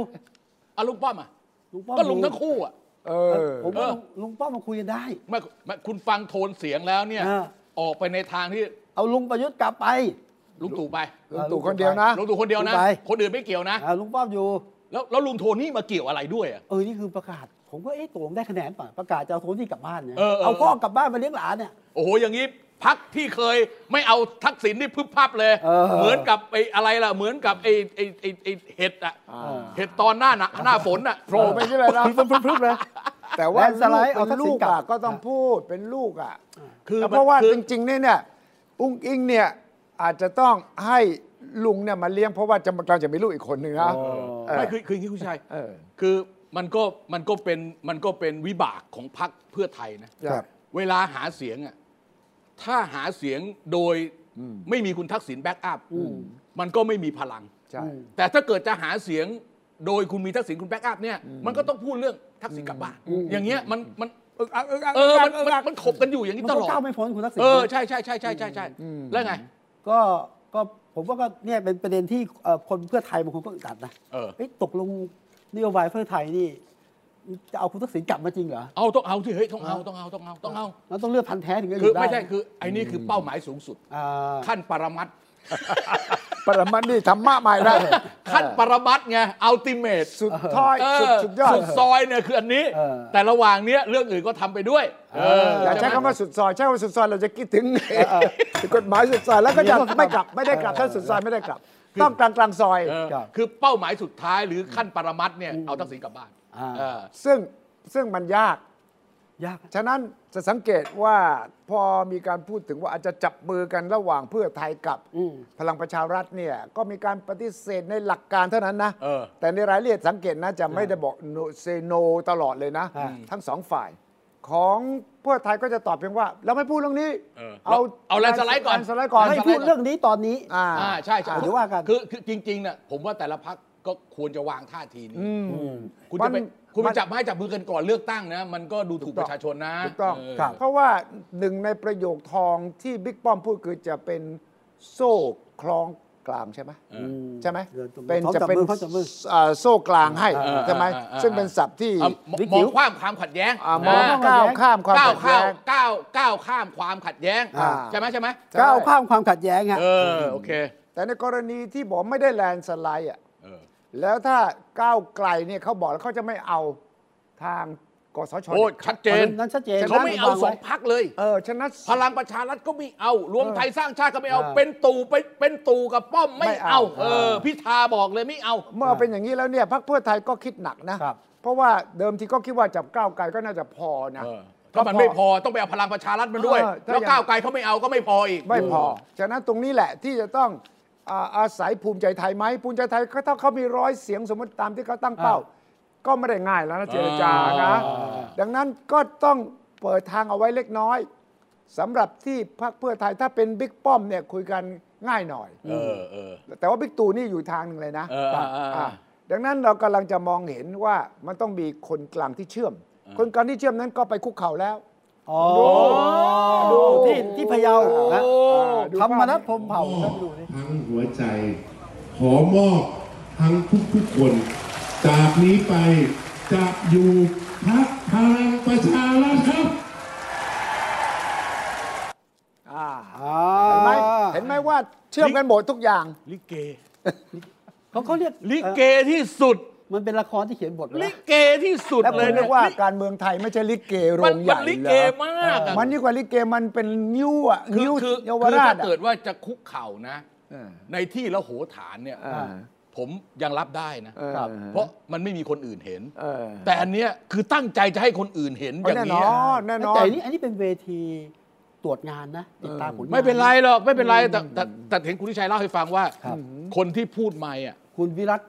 Speaker 3: เอาลุงป้อมอ่ะ
Speaker 2: ลุงป้อม
Speaker 3: ก็ลุงทั้งคู่อ่ะ
Speaker 4: เอ
Speaker 2: เอ
Speaker 4: อ
Speaker 2: อผมว่าลุงลุงป้อมมาคุยกันได้
Speaker 3: ไม่ไม่คุณฟังโทนเสียงแล้วเนี่ย
Speaker 2: อ่า
Speaker 3: ออกไปในทางที่
Speaker 2: เอาลุงประยุทธ์กลับไป
Speaker 3: ลุงตู่ไป
Speaker 4: ลุงตู่คนเดียวนะ
Speaker 3: ลุงตู่คนเดียวนะ
Speaker 2: ลุงไป
Speaker 3: คนอื่นไม่เกี่ยวนะ
Speaker 2: อ่าลุงป้อมอยู่
Speaker 3: แล้วแล้วลุงโทนี่มาเกี่ยวอะไรด้วยอะ
Speaker 2: เออ นี่คือประกาศ ผมก็เอ๊ะตกลงได้คะแนนป่ะ ประกาศจะเอาโทนี่กลับบ้านเนี่ย
Speaker 3: เออเออ
Speaker 2: เอาพ่อกลับบ้านมาเลี้ยงหลานเนี่ย
Speaker 3: โอ้โห อย่างนี้ พักที่เคยไม่เอาทักษิณนี่พึบพับเลย
Speaker 2: เออ
Speaker 3: เหมือนกับไอ้อะไรล่ะเหมือนกับไอ้ไอ้ไอ้ไอ้เห็ดอะเห็ดตอนหน้าหนาหน้าฝนอะโผ
Speaker 4: โผล่
Speaker 3: ล่
Speaker 4: ไป
Speaker 3: ไป
Speaker 4: ที่เลยนะพรึบๆเลยแต่ว่า
Speaker 2: แลนด์สไลด์
Speaker 4: ลูก
Speaker 2: เอาทักษิ
Speaker 4: เป็นลู
Speaker 2: ณ
Speaker 4: ก
Speaker 2: กลับ
Speaker 4: อ่ะก็ต้องพูดเป็นลูกอ่ะ
Speaker 3: คือ
Speaker 4: เพราะ
Speaker 3: มัน
Speaker 4: ว่า
Speaker 3: คือ
Speaker 4: จริงๆเนี่ยเนี่ยอุ้งอิงเนี่ยอาจจะต้องให้ลุงเนี่ยมาเลี้ยงเพราะว่าจะกำลังจะมีลูกอีกคนหนึ่งนะเ
Speaker 3: ไม่คือคืออย่างนี้คุณชัย
Speaker 4: เออ
Speaker 3: คือมันก็มันก็เป็นมันก็เป็นวิบากของพักเพื่อไทยนะ
Speaker 4: ครับ
Speaker 3: เวลาหาเสียงอ่ะ ถ้าหาเสียงโดยไม่มีคุณทักษิณแบ็กอัพมันก็ไม่มีพลัง
Speaker 4: ใช่
Speaker 3: แต่ถ้าเกิดจะหาเสียงโดยคุณมีทักษิณคุณแบ็กอัพเนี่ย มันก็ต้องพูดเรื่องทักษิณกลับบ้านอย่างเงี้ยมันมันเออมันมันมันขบกันอยู่อย่างนี้
Speaker 2: มัน
Speaker 3: ต
Speaker 2: ก็
Speaker 3: ลอด
Speaker 2: ก้าวไม่พ้นคุณทักษิณ
Speaker 3: เออ ใช่ใช่ใช่ใช่ใช่ใช่แล้วไง
Speaker 2: ก็ก็ผมว่าก็เนี่ยเป็นประเด็นที่เอ่อคนเพื่อไทยบางคนก็อึดอัดนะ
Speaker 3: เออ
Speaker 2: เอ้ยตกลงนโยบายเพื่อไทยนี่จะเอาคุณทักษิณกลับมาจริงเหรอ
Speaker 3: เอาต้องเอาที่เฮ้ยต้องเอาต้องเอาต้องเอาต้องเอา
Speaker 2: แล้วต้องเลือกพันธุ์แท้ถึงจะอ
Speaker 3: คือยู่
Speaker 2: ได้
Speaker 3: ไม่ใช่คือไอ้นี่คือเป้าหมายสูงสุด
Speaker 2: อ่า
Speaker 3: ขั้นปร มัตถ์
Speaker 4: ปรมัตถ์นี่ธรรมะใหม่ได้
Speaker 3: ขั้นปรมัตถ์ไงอัลติเมท
Speaker 4: สุดท้อยสุดสุดยอด
Speaker 3: สุดซอยเนี่ยคืออันนี้
Speaker 2: เออ
Speaker 3: แต่ระหว่างเนี้ยเรื่องอื่นก็ทำไปด้วย เออ
Speaker 4: อย่าใช้
Speaker 3: ไหม
Speaker 4: คำว่าสุดซอยใช้คำว่าสุดซอยเราจะคิด ถึงกฎหมายสุดซอยแล้วก็จะไม่กลับไม่ได้กลับถ้าสุดซอยไม่ได้กลับ ต้องกลางกลางซอย
Speaker 3: เออคือเป้าหมายสุดท้ายหรือขั้นปรมัตถ์เนี่ยเอาทักษิณกลับบ้าน
Speaker 2: อ่า
Speaker 3: เออ
Speaker 4: ซึ่งซึ่งมันยาก
Speaker 2: ยาก
Speaker 4: ฉะนั้นจะสังเกตว่าพอมีการพูดถึงว่าอาจจะจับมือกันระหว่างเพื่อไทยกับ
Speaker 2: อืม
Speaker 4: พลังประชารัฐเนี่ยก็มีการปฏิเสธในหลักการเท่านั้นนะ
Speaker 3: เออ
Speaker 4: แต่ในรายละเอียดสังเกตนะจะไม่ได้บอกเซโนตลอดเลยนะ ทั้งสองฝ่าย ของเพื่อไทยก็จะตอบเพียงว่า เราไม่พูดเรื่องนี้
Speaker 3: เออเอาแลนด์สไลด์ก่อน
Speaker 4: แสไลด์ก่อน
Speaker 2: ให้พูดเรื่องนี้ตอนนี้
Speaker 4: อ่า
Speaker 3: อ่าใช่ใช่
Speaker 2: อ่าเดี๋ยวว่ากัน
Speaker 3: คือคือจริงๆน่ะผมว่าแต่ละพักก็ควรจะวางท่าทีนี้คุณ
Speaker 4: มั
Speaker 3: จะ
Speaker 4: น
Speaker 3: ไปคุณไป
Speaker 4: มัน
Speaker 3: จับไม้จับมือกันก่อนเลือกตั้งนะ มันก็ดูถูกประชาชนนะ
Speaker 4: ถูกต้อง
Speaker 3: เ
Speaker 4: ครับ เพราะว่าหนึ่งในประโยคทองที่บิ๊กป้อมพูดคือจะเป็นโซ่คล้องกลางใช่ไหมใช่ไหม
Speaker 2: เดินตรง
Speaker 4: เป็น
Speaker 2: พร้อม
Speaker 4: จะ
Speaker 2: จับ
Speaker 4: เป็น
Speaker 2: มือพร้อมจับมือ
Speaker 4: เอ่อโซ่กลางให้
Speaker 3: เออ
Speaker 4: ใช่ไหม
Speaker 3: เออเออ
Speaker 4: ซึ่งเป็นศัพท์ที่
Speaker 3: เอาม
Speaker 2: วิก
Speaker 3: ม
Speaker 2: ฤ
Speaker 3: อ
Speaker 2: ต
Speaker 3: งข้ามความขัดแย้ง
Speaker 4: อ่ามอง
Speaker 3: นะ
Speaker 4: ก้าวข้ามความ
Speaker 3: ก้าว
Speaker 4: ขัด
Speaker 3: ข้า
Speaker 4: แย้
Speaker 3: ว
Speaker 4: ง
Speaker 3: ก้าวก้าวข้ามความขัดแย้ง
Speaker 4: อ่า
Speaker 3: ใช่ไหมใช่ไหม
Speaker 2: ก้าวข้ามความขัดแย้งฮะ
Speaker 3: เออโอเค
Speaker 4: แต่ในกรณีที่บอกไม่ได้แลนด์สไลด์อ่ะ
Speaker 3: เออ
Speaker 4: แล้วถ้าก้าวไกลเนี่ยเขาบอกแล้วเขาจะไม่เอาทางกสช
Speaker 3: โอ้ชัดเจน
Speaker 2: นั้นชัดเจน
Speaker 3: เขาไม่เอาสอง
Speaker 2: พัก
Speaker 3: พักเลย
Speaker 4: เออฉะนั้น
Speaker 3: พลังประชารัฐก็ไม่เอา รวมไทยสร้างชาติก็ไม่เอา
Speaker 2: เออ
Speaker 3: เป็นตู่ไปเป็นตู่กับป้อมไม่
Speaker 4: ไม่เอา
Speaker 3: เอา เออพิธาบอกเลยไม่เอา
Speaker 4: เมื่อเป็นอย่างนี้แล้วเนี่ยพรรคเพื่อไทยก็คิดหนักนะ
Speaker 2: ครับ
Speaker 4: เพราะว่าเดิมทีก็คิดว่าจับก้าวไกลก็น่าจะพอนะ
Speaker 3: เออถ้ามันไม่พอต้องไปเอาพลังประชารัฐมันด้วย
Speaker 4: เออถ้า
Speaker 3: แล้ว
Speaker 4: อย่าง
Speaker 3: ก้าวไกลเขาไม่เอาก็ไม่พออีก
Speaker 4: ไม่พอ ฉะนั้นตรงนี้แหละที่จะต้องอ่าอาศัยภูมิใจไทยไหมภูมิใจไทยก็ถ้าเขามีร้อยเสียงสมมติตามที่เขาตั้งเป้า ก็ไม่ได้ง่ายแล้วนะเจรจานะดังนั้นก็ต้องเปิดทางเอาไว้เล็กน้อยสำหรับที่พรรคเพื่อไทยถ้าเป็นบิ๊กป้อมเนี่ยคุยกันง่ายหน่อย
Speaker 3: เออเออ
Speaker 4: แต่ว่าบิ๊กตู่นี่อยู่ทางหนึ่งเลยนะ
Speaker 3: เออเออเออ
Speaker 4: อ่าดังนั้นเรากำลังจะมองเห็นว่ามันต้องมีคนกลางที่เชื่อม คนกลางที่เชื่อมนั้นก็ไปคุกเข่าแล้ว
Speaker 2: อ๋อ
Speaker 4: ดู
Speaker 2: ดูที่ที่พะเยานะ
Speaker 4: ดู
Speaker 2: ธรรมนัฐพ
Speaker 4: ภาพ
Speaker 2: รหมเผ่านะดูดิ
Speaker 8: ทั้งหัวใจ ขอมอบทั้งทุกทุกๆคน จากนี้ไปจะอยู่พักพลังประชารัฐครับ
Speaker 4: อ่า
Speaker 2: อ่า
Speaker 4: เห็นไหมเห็นไหมว่าเชื่อมกันหมดทุกอย่าง
Speaker 3: ลิเก
Speaker 2: เขาเขาเรียก
Speaker 3: ลิเก
Speaker 2: อ่อ
Speaker 3: ที่สุด
Speaker 2: มันเป็นละครที่เขียนบทไว้
Speaker 3: ลิ
Speaker 2: นะ
Speaker 3: เกที่สุด
Speaker 4: แล้วผ
Speaker 3: เลย
Speaker 4: มนึ
Speaker 3: เนี่
Speaker 4: ก
Speaker 3: ย
Speaker 4: ว่า
Speaker 3: ลิ
Speaker 4: การเมืองไทยไม่ใช่ลิเกโร
Speaker 3: มัน
Speaker 4: งให
Speaker 3: มัน
Speaker 4: ญ่
Speaker 3: ลิ
Speaker 4: เหร
Speaker 3: เก
Speaker 4: อ
Speaker 3: มากอะ
Speaker 4: มันยิ่งกว่าลิเกมันเป็นนิ้วอ่ะ
Speaker 3: คือ
Speaker 4: นิ้ว
Speaker 3: คือ
Speaker 4: เยาว
Speaker 3: คือ
Speaker 4: ราช
Speaker 3: ถ้า
Speaker 4: อะ
Speaker 3: เกิดว่าจะคุกเข่านะ
Speaker 4: เออ
Speaker 3: ในที่ละโหฐานเนี่ย
Speaker 4: อ่า
Speaker 3: ผมยังรับได้นะ
Speaker 4: เออ
Speaker 3: เพราะมันไม่มีคนอื่นเห็น
Speaker 4: เออ
Speaker 3: แต่อันเนี้ยคือตั้งใจจะให้คนอื่นเห็นอย่าง
Speaker 4: แน่น
Speaker 3: นี้ย
Speaker 4: อนแน่นอน
Speaker 2: แต่อันนี้อันนี้เป็นเวทีตรวจงานนะติดตามผลงาน
Speaker 3: ไม่เป็นไรหรอกไม่เป็นไรแต่แต่แต่เห็นคุณทิชัยเล่าให้ฟังว่า คนที่พูดไม่อ่ะ
Speaker 2: คุณวิรัต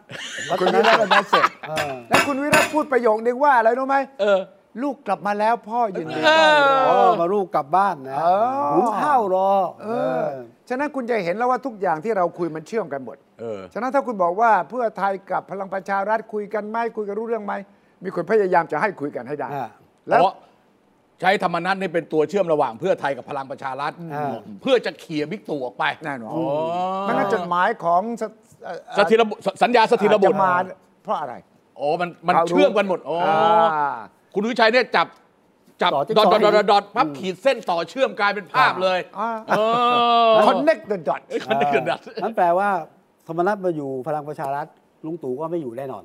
Speaker 4: คุณวิรัตน์มาเสร็จ
Speaker 2: เออ
Speaker 4: แล้วคุณวิรัตพูดประโยคนึงว่าอะไรรู้ไหม
Speaker 3: เออ
Speaker 4: ลูกกลับมาแล้วพ่อยินดี
Speaker 3: เออ
Speaker 2: เออมาลูกกลับบ้านนะ
Speaker 4: เออ
Speaker 2: หุงข้าวรอ
Speaker 4: เออฉะนั้นคุณจะเห็นแล้วว่าทุกอย่างที่เราคุยมันเชื่อมกันหมด
Speaker 3: เออ
Speaker 4: ฉะนั้นถ้าคุณบอกว่าเพื่อไทยกับพลังประชารัฐคุยกันไหมคุยกันรู้เรื่องไหม มีคนพยายามจะให้คุยกันให้ได้
Speaker 2: อ่า
Speaker 4: แล้ว
Speaker 3: เพราะใช้ธรรมนัตนี่เป็นตัวเชื่อมระหว่างเพื่อไทยกับพลังประชารัฐ
Speaker 2: อ่า
Speaker 3: เพื่อจะเขี่ยบิ๊กตู่ออกไป
Speaker 4: แน่นอน
Speaker 3: อ๋อ
Speaker 4: มันก็จดหมายของสเอ่อ
Speaker 3: สถิรบุตรสัญญาสถิรบุต
Speaker 4: อจ
Speaker 3: ร
Speaker 4: จะมาเพราะอะไร
Speaker 3: อ๋อมันมัน
Speaker 4: รารู้
Speaker 3: เชื่อมกันหมดอ๋ออา คุณวิชัยเนี่ยจับจับ
Speaker 2: ต่อจิ๊ก
Speaker 3: ดอ
Speaker 2: ซ
Speaker 3: ท
Speaker 2: อ
Speaker 3: ดอ
Speaker 2: ว์
Speaker 3: ทดอทดอทดอทปั๊บขีดเส้นต่อเชื่อมกลายเป็นภาพเลย
Speaker 4: อ่า
Speaker 3: เออ
Speaker 4: connect the dots
Speaker 3: เอ้ยคนนี้เกิดดัด
Speaker 2: นั่นแปลว่าธรรมนัฐมาอยู่พลังประชารัฐลุงตู่ก็ไม่อยู่แน่นอน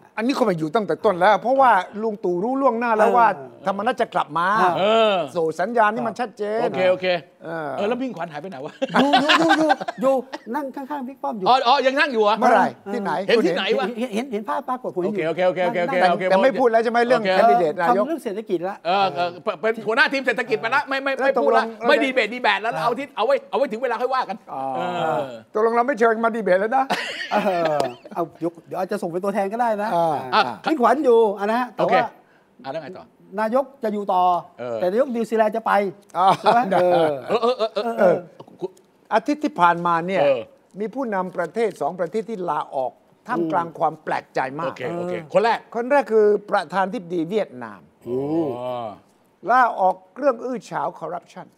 Speaker 2: อ่ะ
Speaker 4: อันนี้คนมาอยู่ตั้งแต่ต้นแล้ว เพราะว่าลุงตู่รู้ล่วงหน้าแล้วว่าธรรมนัฐจะกลับมา
Speaker 3: เออ
Speaker 4: ส่งสัญญาณนี่มันชัดเจน
Speaker 3: โอเค โอเค
Speaker 4: เออ
Speaker 3: เออ แล้วมิ่งขวัญหายไปไหนวะ
Speaker 2: อยู่อยู่อยู่อยู่อยู่นั่งข้างๆบิ๊กป้อมอยู่
Speaker 3: อ๋ออ๋อยังนั่งอยู่เหรอ
Speaker 4: เมื่อไหร่ที่ไหน
Speaker 3: เห็นที่ไหน วะ
Speaker 2: เห็นเห็นเห็นภาพปรากฏผม
Speaker 3: โอเค
Speaker 2: ยู่
Speaker 3: โอเค โอเค โอเค โอเค
Speaker 4: แต่
Speaker 3: โอเค
Speaker 4: แต่ไม่พูดแล้วใช่ไหมเรื่อง
Speaker 3: โค
Speaker 4: แคนดิเดตนายก
Speaker 2: ทำเรื่องเศรษฐกิจละ
Speaker 3: เออเออเป็นเป็นหัวหน้าทีมเศรษฐกิจไปแล้วไม่ไม่ไม่พูดละ
Speaker 4: แล้วตกลง
Speaker 3: ไม่ดีเบตดีแบตแล้วเอาที่เอาไว้เอาไว้ถึงเวลาค่อยว่ากันเออ
Speaker 4: ตกลงเราไม่เชิญมาดีเบตแล้วนะ
Speaker 2: เออเอายกเดี๋ยวอาจจะส่งเป็นตัวแทนก็ได้นะ
Speaker 4: อ่า
Speaker 2: อ่าพี่ขวัญอยู่อ่ะนะฮะแต่
Speaker 3: โอเค
Speaker 2: ว่า
Speaker 3: อ่ะแล้วไงต่อ
Speaker 2: นายกจะอยู่ต่อ
Speaker 3: เออ
Speaker 2: แต่นายกนิวซีแลนด์จะไป
Speaker 4: อ่า
Speaker 2: ใช่ไหมเออ
Speaker 3: เออเออเออเออเออ
Speaker 4: อาทิตย์ที่ผ่านมาเนี่ย
Speaker 3: เออ
Speaker 4: มีผู้นำประเทศสองประเทศที่ลาออกท่ามกลางความแปลกใจมา
Speaker 3: โอก เค โอเค คนแรก
Speaker 4: คนแรกคือประธานทิบดีเวียดนาม
Speaker 3: อ๋อ
Speaker 4: ลาออกเรื่องอื้อฉาวคอร์รัปชัน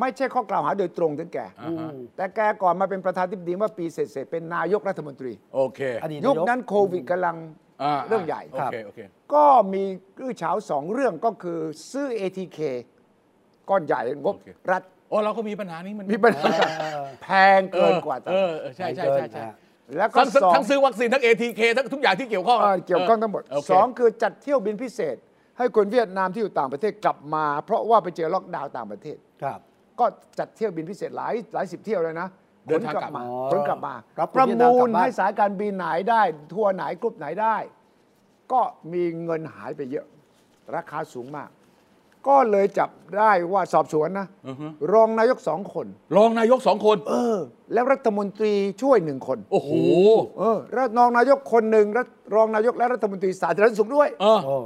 Speaker 4: ไม่ใช่ข้อกล่าวหาโดยตรงถึงแก
Speaker 3: อ่าฮะ
Speaker 4: แต่แกก่อนมาเป็นประธานทิบดีเมื่อปีเสร็จๆเป็นนายกรัฐมนตรี
Speaker 3: โอเค
Speaker 2: อดีต
Speaker 4: ยุ
Speaker 2: นา
Speaker 4: ค
Speaker 2: ยก
Speaker 4: นั้นโควิดกำลัง
Speaker 3: า
Speaker 4: เรื่องใหญ่
Speaker 3: โอเค โอเค
Speaker 4: ก็มีอื้อฉาวสองเรื่องก็คือซื้อ ATK ก้อนใหญ่งบ
Speaker 3: โอเค
Speaker 4: รัฐ
Speaker 3: โอ้เราก็มีปัญหานี้มัน
Speaker 4: มีปัญหาแพงเกินกว่าต
Speaker 3: เอ
Speaker 4: ลา
Speaker 3: อ
Speaker 4: ด
Speaker 3: เออใช่ใช่ใช่ใช่
Speaker 2: เกิน
Speaker 4: แล้วก็
Speaker 3: ทั้ง
Speaker 4: สอง
Speaker 3: ทั้งซื้อวัคซีนทั้ง ATK ทั้งทุกอย่างที่เกี่ยวข้อง
Speaker 4: เอ่อเกี่ยวข้องทั้งหมด
Speaker 3: โเค
Speaker 4: สองคือจัดเที่ยวบินพิเศษ ให้คนเวียดนามที่อยู่ต่างประเทศกลับมา เพราะว่าไปเจอล็อกดาวน์ต่างประเทศ
Speaker 2: ครับ
Speaker 4: ก็จัดเที่ยวบินพิเศษหลายหลายสิบเที่ยวเลยนะ
Speaker 3: เดินทางกลับมา
Speaker 4: ขนกลับมา
Speaker 2: รับ
Speaker 4: ประ
Speaker 2: คนเวียดนาก
Speaker 4: มู
Speaker 2: ก
Speaker 4: ล
Speaker 2: ลับบ้าน
Speaker 4: ให้สายการบินไหนได้ ทัวร์ไหนกลุ่มไหนได้ ก็มีเงินหายไปเยอะ ราคาสูงมาก ก็เลยจับได้ว่าสอบสวนนะ
Speaker 3: อือฮึ
Speaker 4: รองนายกสองคน
Speaker 3: รองนายกสองคน
Speaker 4: เออ แล้วรัฐมนตรีช่วยหนึ่งคน
Speaker 3: โอ้โห
Speaker 4: เออแล้วรองนายกคนหนึ่งรัฐรองนายกและรัฐมนตรีสาธารณสุขด้วย
Speaker 3: เออ
Speaker 2: โอ้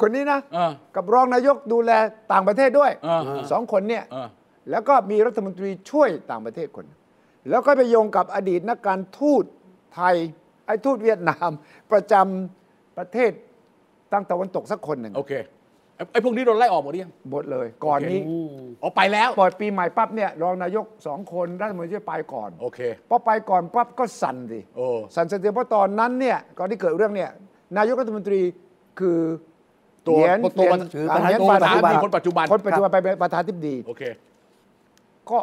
Speaker 4: คนนี้นะ
Speaker 3: เออ
Speaker 4: กับรองนายกดูแลต่างประเทศด้วย
Speaker 3: อ่าฮะ
Speaker 4: สองคนเนี่ย
Speaker 3: เออ
Speaker 4: แล้วก็มีรัฐมนตรีช่วยต่างประเทศคนหนึ่งแล้วก็ไปโยงกับอดีตนักการทูตไทย ไอ้ทูตเวียดนาม ประจำประเทศตั้งตะวันตกสักคนหนึ่ง
Speaker 3: โอเค ไอ้ไอ้พวกนี้โดนไล่ออกหมดหรือยัง
Speaker 4: หมดเลยก่อนนี้
Speaker 3: โออกไปแล้ว
Speaker 4: เปิดปีใหม่ปั๊บเนี่ยรองนายกสองคนรัฐมนตรีไปก่อน
Speaker 3: โอเค
Speaker 4: พอไปก่อนปั๊บก็สั่นสิ
Speaker 3: โอ้
Speaker 4: สั่นสะเทือนเพราะตอนนั้นเนี่ยก่อนที่เกิดเรื่องเนี่ยนายกรัฐมนตรีคือ
Speaker 3: ตัว
Speaker 4: เหงียน
Speaker 3: ตัว
Speaker 4: เหงียน
Speaker 2: ถือประธาน
Speaker 4: เหงียน
Speaker 2: ตัวปัจจุบัน
Speaker 3: คนปัจจุบัน
Speaker 4: คนปัจจุบันไปเป็นประธานทิบดี
Speaker 3: โอเค
Speaker 4: ก็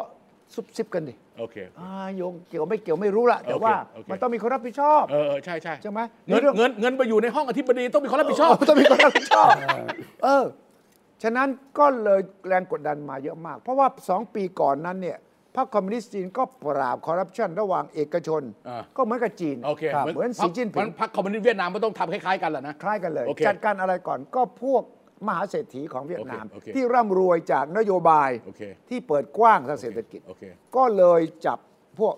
Speaker 4: ซุบซิบกันดิ
Speaker 3: โอเค
Speaker 4: อ่าโยงเกี่ยวไม่เกี่ยวไม่รู้ละแต่
Speaker 3: โอเค
Speaker 4: ว่า
Speaker 3: โอเค
Speaker 4: มันต้องมีคนรับผิดชอบ
Speaker 3: เออเออใช่ใช่
Speaker 4: ใช่ไหม
Speaker 3: เงิน
Speaker 4: ในเรื่อง
Speaker 3: เงินเงินไปอยู่ในห้องอธิบดีต้องมีคนรับผิดชอบ
Speaker 4: ต้องมีคนรับผิดชอบ เออ ฉะนั้นก็เลยแรงกดดันมาเยอะมาก เพราะว่าสองปีก่อนนั้นเนี่ยพรรคคอมมิวนิสต์จีนก็ปราบคอร์รัปชันระหว่างเอกชน
Speaker 3: อ่า
Speaker 4: ก็เหมือนกับจีน
Speaker 3: โอเค
Speaker 4: ครับเหมือนสีจิ้นผิ
Speaker 3: มั
Speaker 4: ง
Speaker 3: พรรคคอมมิวนิสต์เวียดนามก็ต้องทำคล้ายๆกันแหละนะ
Speaker 4: คล้ายกันเลย
Speaker 3: โอเค
Speaker 4: จัดการอะไรก่อนก็พวกมหาเศรษฐีของเวียดนาม
Speaker 3: โอเคโอเค
Speaker 4: ที่ร่ำรวยจากนโยบาย
Speaker 3: โอเค
Speaker 4: ที่เปิดกว้างทางเศรษฐกิจ
Speaker 3: โอเค
Speaker 4: ก็เลยจับพวก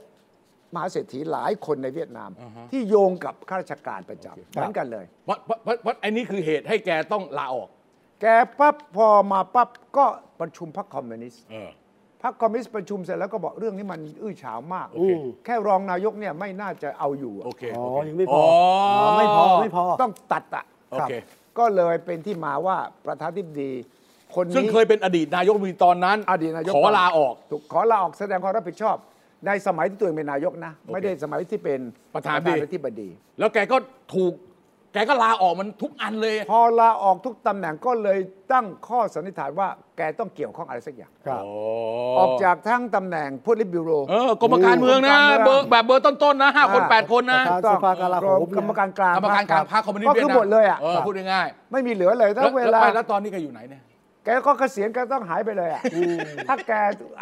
Speaker 4: มหาเศรษฐีหลายคนในเวียดนาม
Speaker 3: อ่าฮะ
Speaker 4: ที่โยงกับข้าราชการประจำเหมือนกันเลย
Speaker 3: เพราะเพราะเพราะเพราะไอ้นี่คือเหตุให้แกต้องลาออก
Speaker 4: แกปั๊บพอมาปั๊บก็ประชุมพรรคคอมมิวนิสต์
Speaker 3: เออ
Speaker 4: พรรคคอมมิวนิสต์ประชุมเสร็จแล้วก็บอกเรื่องนี้มันอื้อฉาวมาก
Speaker 3: โอเค
Speaker 4: แค่รองนายกเนี่ยไม่น่าจะเอาอยู่อะ
Speaker 3: โอเค
Speaker 2: อ๋อ
Speaker 3: โเค
Speaker 2: ยังไม่พออไม่พอไม่พอ
Speaker 4: ต้องตัดอะ
Speaker 3: โอเค
Speaker 4: ก็เลยเป็นที่มาว่าประธานทิบดี คนนี้
Speaker 3: ซึ่งเคยเป็นอดีตนายกรัฐมนตรีตอนนั้น
Speaker 4: อดีตนายก
Speaker 3: ขอลาออก
Speaker 4: ถูกขอลาออกแสดงความรับผิดชอบ ในสมัยที่ตัวเองเป็นนายกนะ ไม่ได้สมัยที่เป็น
Speaker 3: ประธาน
Speaker 4: ธิบดี
Speaker 3: แล้วแกก็ถูก แกก็ลาออกมันทุกอันเลย
Speaker 4: พอลาออกทุกตำแหน่งก็เลยตั้งข้อสันนิษฐานว่าแกต้องเกี่ยวข้องอะไรสักอย่าง
Speaker 2: ครับ
Speaker 4: ออกจากทั้งตำแหน่งพูดลิบิวโร
Speaker 3: เออกรมการเมืองนะเบอร์แบบเบอร์ต้นๆนะห้าคนแปดคนนะ
Speaker 2: ประธานสภากลาโหม
Speaker 4: กรรมการกลาง
Speaker 3: กรรมการกลางพรรคคอมมิวนิสต์
Speaker 4: ก็
Speaker 3: เวีย
Speaker 4: คือ
Speaker 3: ดนาม
Speaker 4: หมดเลยอ่ะ
Speaker 3: เออพูดง่าย
Speaker 4: ไม่มีเหลือเลย
Speaker 3: ๆ
Speaker 4: ถ้าเวลา
Speaker 3: แแแล้วตอนนี้แกอยู่ไหนเนี่ย
Speaker 4: แกก็เกษียณแกต้องหายไปเลยอ่ะถ้าแก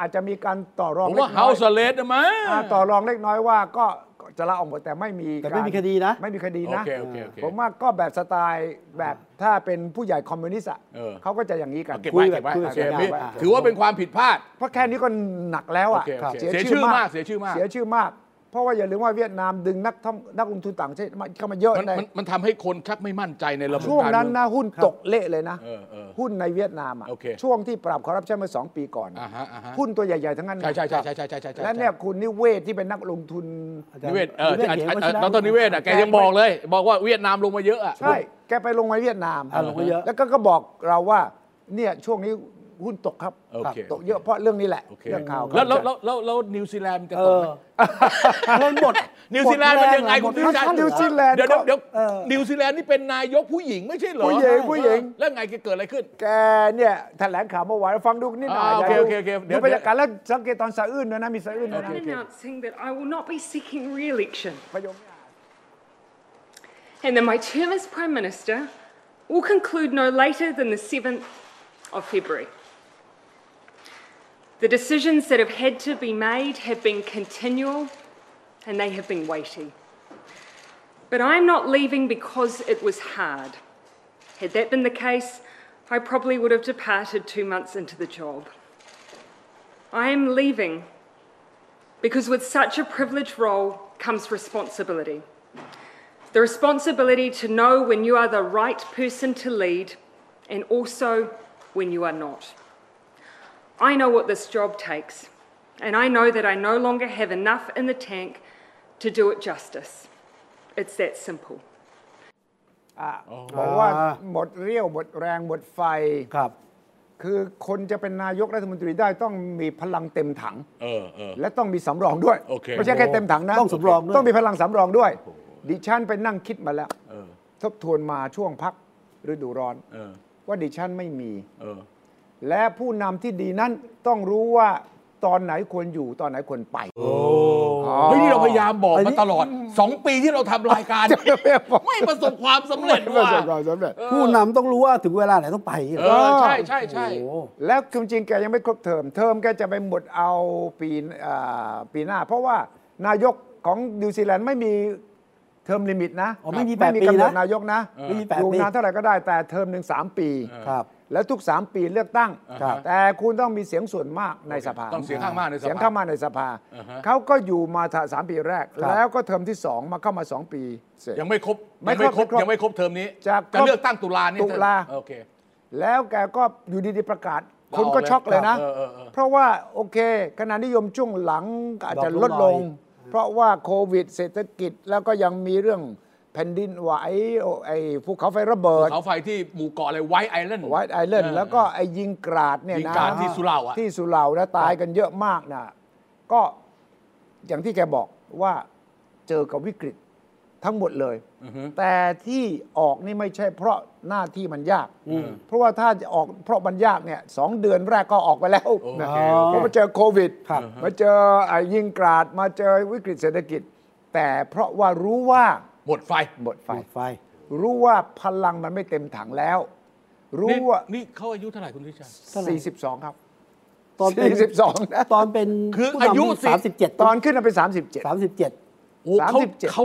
Speaker 4: อาจจะมีการต่อรอง
Speaker 3: ผม
Speaker 4: เล็
Speaker 3: ว่าก เฮา
Speaker 4: น้อย
Speaker 3: ส์เลสมั้ย
Speaker 4: อ่าต่อรองเล็กน้อยว่าก็ก็จะลาออกหมดแต่ไม่มี
Speaker 2: แต่ไม่
Speaker 4: การ
Speaker 2: มีคดีนะ
Speaker 4: ไม่มีคดีนะ
Speaker 3: โอเคโอเคโอเค
Speaker 4: ผมว่าก็แบบสไตล์แบบถ้าเป็นผู้ใหญ่คอมมิวนิสต์อ่ะ
Speaker 3: เออ
Speaker 4: เขาก็จะอย่างนี้กัน
Speaker 3: เก็บไว้เก็บไว้
Speaker 2: คุยแบบ
Speaker 3: โอเค
Speaker 2: คุยแบบ
Speaker 3: พี่
Speaker 2: ได้
Speaker 3: ถือว่าเป็นความผิดพลาด
Speaker 4: เพราะแค่นี้ก็หนักแล้วอ่ะ
Speaker 3: โอเคโอเค
Speaker 4: ครับ
Speaker 3: เสียชื่อมากเสียชื่อมาก
Speaker 4: เสียชื่อมาก เพราะว่าอย่าลืมว่าเวียดนามดึงนักท่องนักลงทุนต่างชาติมาเข้ามาเยอะ
Speaker 3: มัน
Speaker 4: ใน
Speaker 3: มันมันทำให้คนชักไม่มั่นใจในระบบ
Speaker 4: ช่วง
Speaker 3: การ
Speaker 4: นั้น
Speaker 3: เมือง
Speaker 4: นะหุ้นตกเละเลยนะ
Speaker 3: เออเออ
Speaker 4: หุ้นในเวียดนามอ่ะ
Speaker 3: โอเค
Speaker 4: ช่วงที่ปราบคอร์รัปชันเมื่อสองปีก่อน
Speaker 3: อ่าฮะอ่าฮะ
Speaker 4: หุ้นตัวใหญ่ ๆ ทั้งนั้นนะ
Speaker 3: ใช่ใช่ใช่ใช่ใช่ใช่ใช่ใช่
Speaker 4: และเนี่ยคุณนิเวศที่เป็นนักลงทุน
Speaker 3: นิเวศเออ
Speaker 2: นิวศเขี
Speaker 3: ที่
Speaker 2: ยน
Speaker 3: อ่ะ
Speaker 2: วัช
Speaker 3: อ่ะ
Speaker 2: ระ
Speaker 3: ดรนิเวศอ่ะแกยังบอกเลย บอกว่าเวียดนามลงมาเยอะอ่ะ
Speaker 4: ใช่ แกไปลงมาเวียดนาม
Speaker 2: อ่าลงมาเยอะ
Speaker 4: แล้วก็ก็บอกเราว่าเนี่ยช่วงนี้หุ้นตกครับ
Speaker 3: โอเค
Speaker 4: ตกเยอะเพราะเรื่องนี้แหละ
Speaker 3: โอเค
Speaker 4: เรื่องข่าว
Speaker 3: แล้วแล้วแล้วแล้วแล้วนิวซีแลนด์จะ
Speaker 2: เอ
Speaker 3: ตก
Speaker 2: อ
Speaker 3: ไหม
Speaker 2: เงินหมด
Speaker 3: นิวซีแลนด์เป็นยังไงคุณ
Speaker 4: นิ
Speaker 3: พี่ชายว
Speaker 4: ซีแลนด์
Speaker 3: เดี๋ยวเดี๋ยว
Speaker 4: ก็
Speaker 3: เดี๋ยวนิวซีแลนด์นี่เป็นนายกผู้หญิงไม่ใช่เหรอ
Speaker 4: ผู้หญิงผู้หญิง
Speaker 3: แล้วไงเกิดอะไรขึ้น
Speaker 4: แกเนี่ยแถลงข่าวเมื่อวานฟังดูนิดหน่อย
Speaker 3: อ่าโอเค
Speaker 4: ยาก
Speaker 3: โอ
Speaker 4: ดู
Speaker 3: เคโอเคเดี๋ย
Speaker 4: ดู
Speaker 3: ว
Speaker 4: บรรยากาศแล้วสังเกตตอนสะอื้นด้วยนะ มีสะอื้นด้วยนะ
Speaker 9: announcing that I will not be seeking re election.
Speaker 4: ประโยค
Speaker 9: As and that my term as Prime Minister will conclude no later than the 7th of February. The decisions that have had to be made have been continual and they have been weighty. But I'm not leaving because it was hard. Had that been the case, I probably would have departed two months into the job. I am leaving because with such a privileged role comes responsibility. The responsibility to know when you are the right person to lead and also when you are not. I know what this job takes, and I know that I no longer have enough in the tank to do it justice. It's that simple.
Speaker 4: อ่ะบอกว่า
Speaker 2: อ่า
Speaker 4: หมดเรี่ยว หมดแรง หมดไฟ
Speaker 2: ครับ
Speaker 4: คือคนจะเป็นนายกรัฐมนตรีได้ต้องมีพลังเต็มถัง
Speaker 3: เออเออ
Speaker 4: และต้องมีสำรองด้วย
Speaker 3: โอเค
Speaker 4: ไม่ใช่แค่เต็มถังนะ
Speaker 2: ต้องสำรองด้วย
Speaker 4: ต้องมีพลังสำรองด้วย ดิฉันไปนั่งคิดมาแล้ว
Speaker 3: เออ
Speaker 4: ทบทวนมาช่วงพักฤดูร้อน
Speaker 3: เออ
Speaker 4: ว่าดิฉันไม่มี
Speaker 3: เออ
Speaker 4: และผู้นำที่ดีนั้นต้องรู้ว่าตอนไหนควรอยู่ตอนไหนควรไป
Speaker 3: เฮ้ยนี่เราพยายามบอกมาตลอด 2 ปีที่เราทำรายการ ไม่ประสบความสำเร็จ
Speaker 4: ไม่ประ
Speaker 3: ว่ะ
Speaker 4: สบความสำเร็จ
Speaker 2: ผู้นำต้องรู้ว่าถึงเวลาไหนต้องไป
Speaker 3: เออใช่ใช่ใช่
Speaker 2: โอ้โห
Speaker 4: แล้วจริงๆแกยังไม่ครบเทอม เทอมแกจะไปหมดเอาปีอ่าปีหน้า เพราะว่านายกของนิวซีแลนด์ไม่มีเทอมลิมิตนะ
Speaker 2: อ๋อไม่มี
Speaker 4: ไม่มี
Speaker 2: แปดปี
Speaker 4: กำหนด
Speaker 2: นะ
Speaker 4: นายกนะ
Speaker 2: ไม่มีแปด
Speaker 4: อยู่
Speaker 2: ปี
Speaker 4: นานเท่าไหร่ก็ได้แต่เทอมหนึ่งสามปี
Speaker 2: ครับ
Speaker 4: แล้วทุก 3 ปีเลือกตั้ง
Speaker 2: ครับ
Speaker 4: แต่คุณต้องมีเสียงส่วนมากในสภา
Speaker 3: ต้องเสียงข้างมากในสภา
Speaker 4: เสียงข้างมากในสภา
Speaker 3: อ่าฮะ
Speaker 4: เขาก็อยู่มาสามปีแรก
Speaker 2: ครับ
Speaker 4: แล้วก็เทอมที่ 2 มาเข้ามา 2 ปีเสร็จ
Speaker 3: ยังไม่ครบ
Speaker 4: ไม่
Speaker 3: ยังไม่ค
Speaker 4: ค
Speaker 3: ร
Speaker 4: ร
Speaker 3: บบ ยังไม่ครบเทอมนี้
Speaker 4: จะครบ
Speaker 3: เลือกตั้งตุลานี่
Speaker 4: ตุลา
Speaker 3: โอเค
Speaker 4: แล้วแกก็อยู่ดีๆประกาศ
Speaker 3: ลาออก
Speaker 4: คนก็ช็อกเลยนะ
Speaker 3: เลยครับเออเออเออ
Speaker 4: เพราะว่าโอเคคะแนนนิยมช่วงหลังอาจจะลดล
Speaker 2: ดรอปลง
Speaker 4: ง
Speaker 2: หน่อย
Speaker 4: เพราะว่าโควิดเศรษฐกิจแล้วก็ยังมีเรื่องแผ่นดินไหวโอ้ไอ้ภูเขาไฟระเบิด
Speaker 3: เขาไฟที่หมู่เกาะอะไรไวท์ไอแลนด์
Speaker 4: ไวท์ไอแลนด์แล้วก็ไอ้ยิงกราดเนี่ย
Speaker 3: ยิง
Speaker 4: นะ
Speaker 3: กราดที่สุเหร่าอะ
Speaker 4: ที่สุเหร่านะตายกันเยอะมากนะก็อย่างที่แกบอกว่าเจอกับวิกฤตทั้งหมดเลย แต่ที่ออกนี่ไม่ใช่เพราะหน้าที่มันยาก เพราะว่าถ้าจะออกเพราะมันยากเนี่ยสองเดือนแรกก็ออกไปแล้วนะ
Speaker 2: โอเคโอเค
Speaker 4: เพราะมาเจอโควิด
Speaker 2: ครับ
Speaker 4: มาเจอไอ้ยิงกราดมาเจอวิกฤตเศรษฐกิจ แต่เพราะว่ารู้ว่า
Speaker 3: หมดไฟ
Speaker 4: หมดไฟ
Speaker 2: หมดไฟ
Speaker 4: รู้ว่าพลังมันไม่เต็มถังแล้ว รู้
Speaker 3: นี่
Speaker 4: ว่า
Speaker 3: นี่เขาอายุเท่าไหร่คุณทิชา
Speaker 4: 42 ครับ
Speaker 2: ตอนเป็น
Speaker 4: 42 นะ
Speaker 2: ตอนเป็น
Speaker 3: คืออายุสิ
Speaker 2: สามสิบเจ็ด
Speaker 4: ตอนขึ้นน่ะเป็น 37
Speaker 2: สามสิบเจ็ด
Speaker 3: โอ้เขา
Speaker 4: 37
Speaker 3: เขา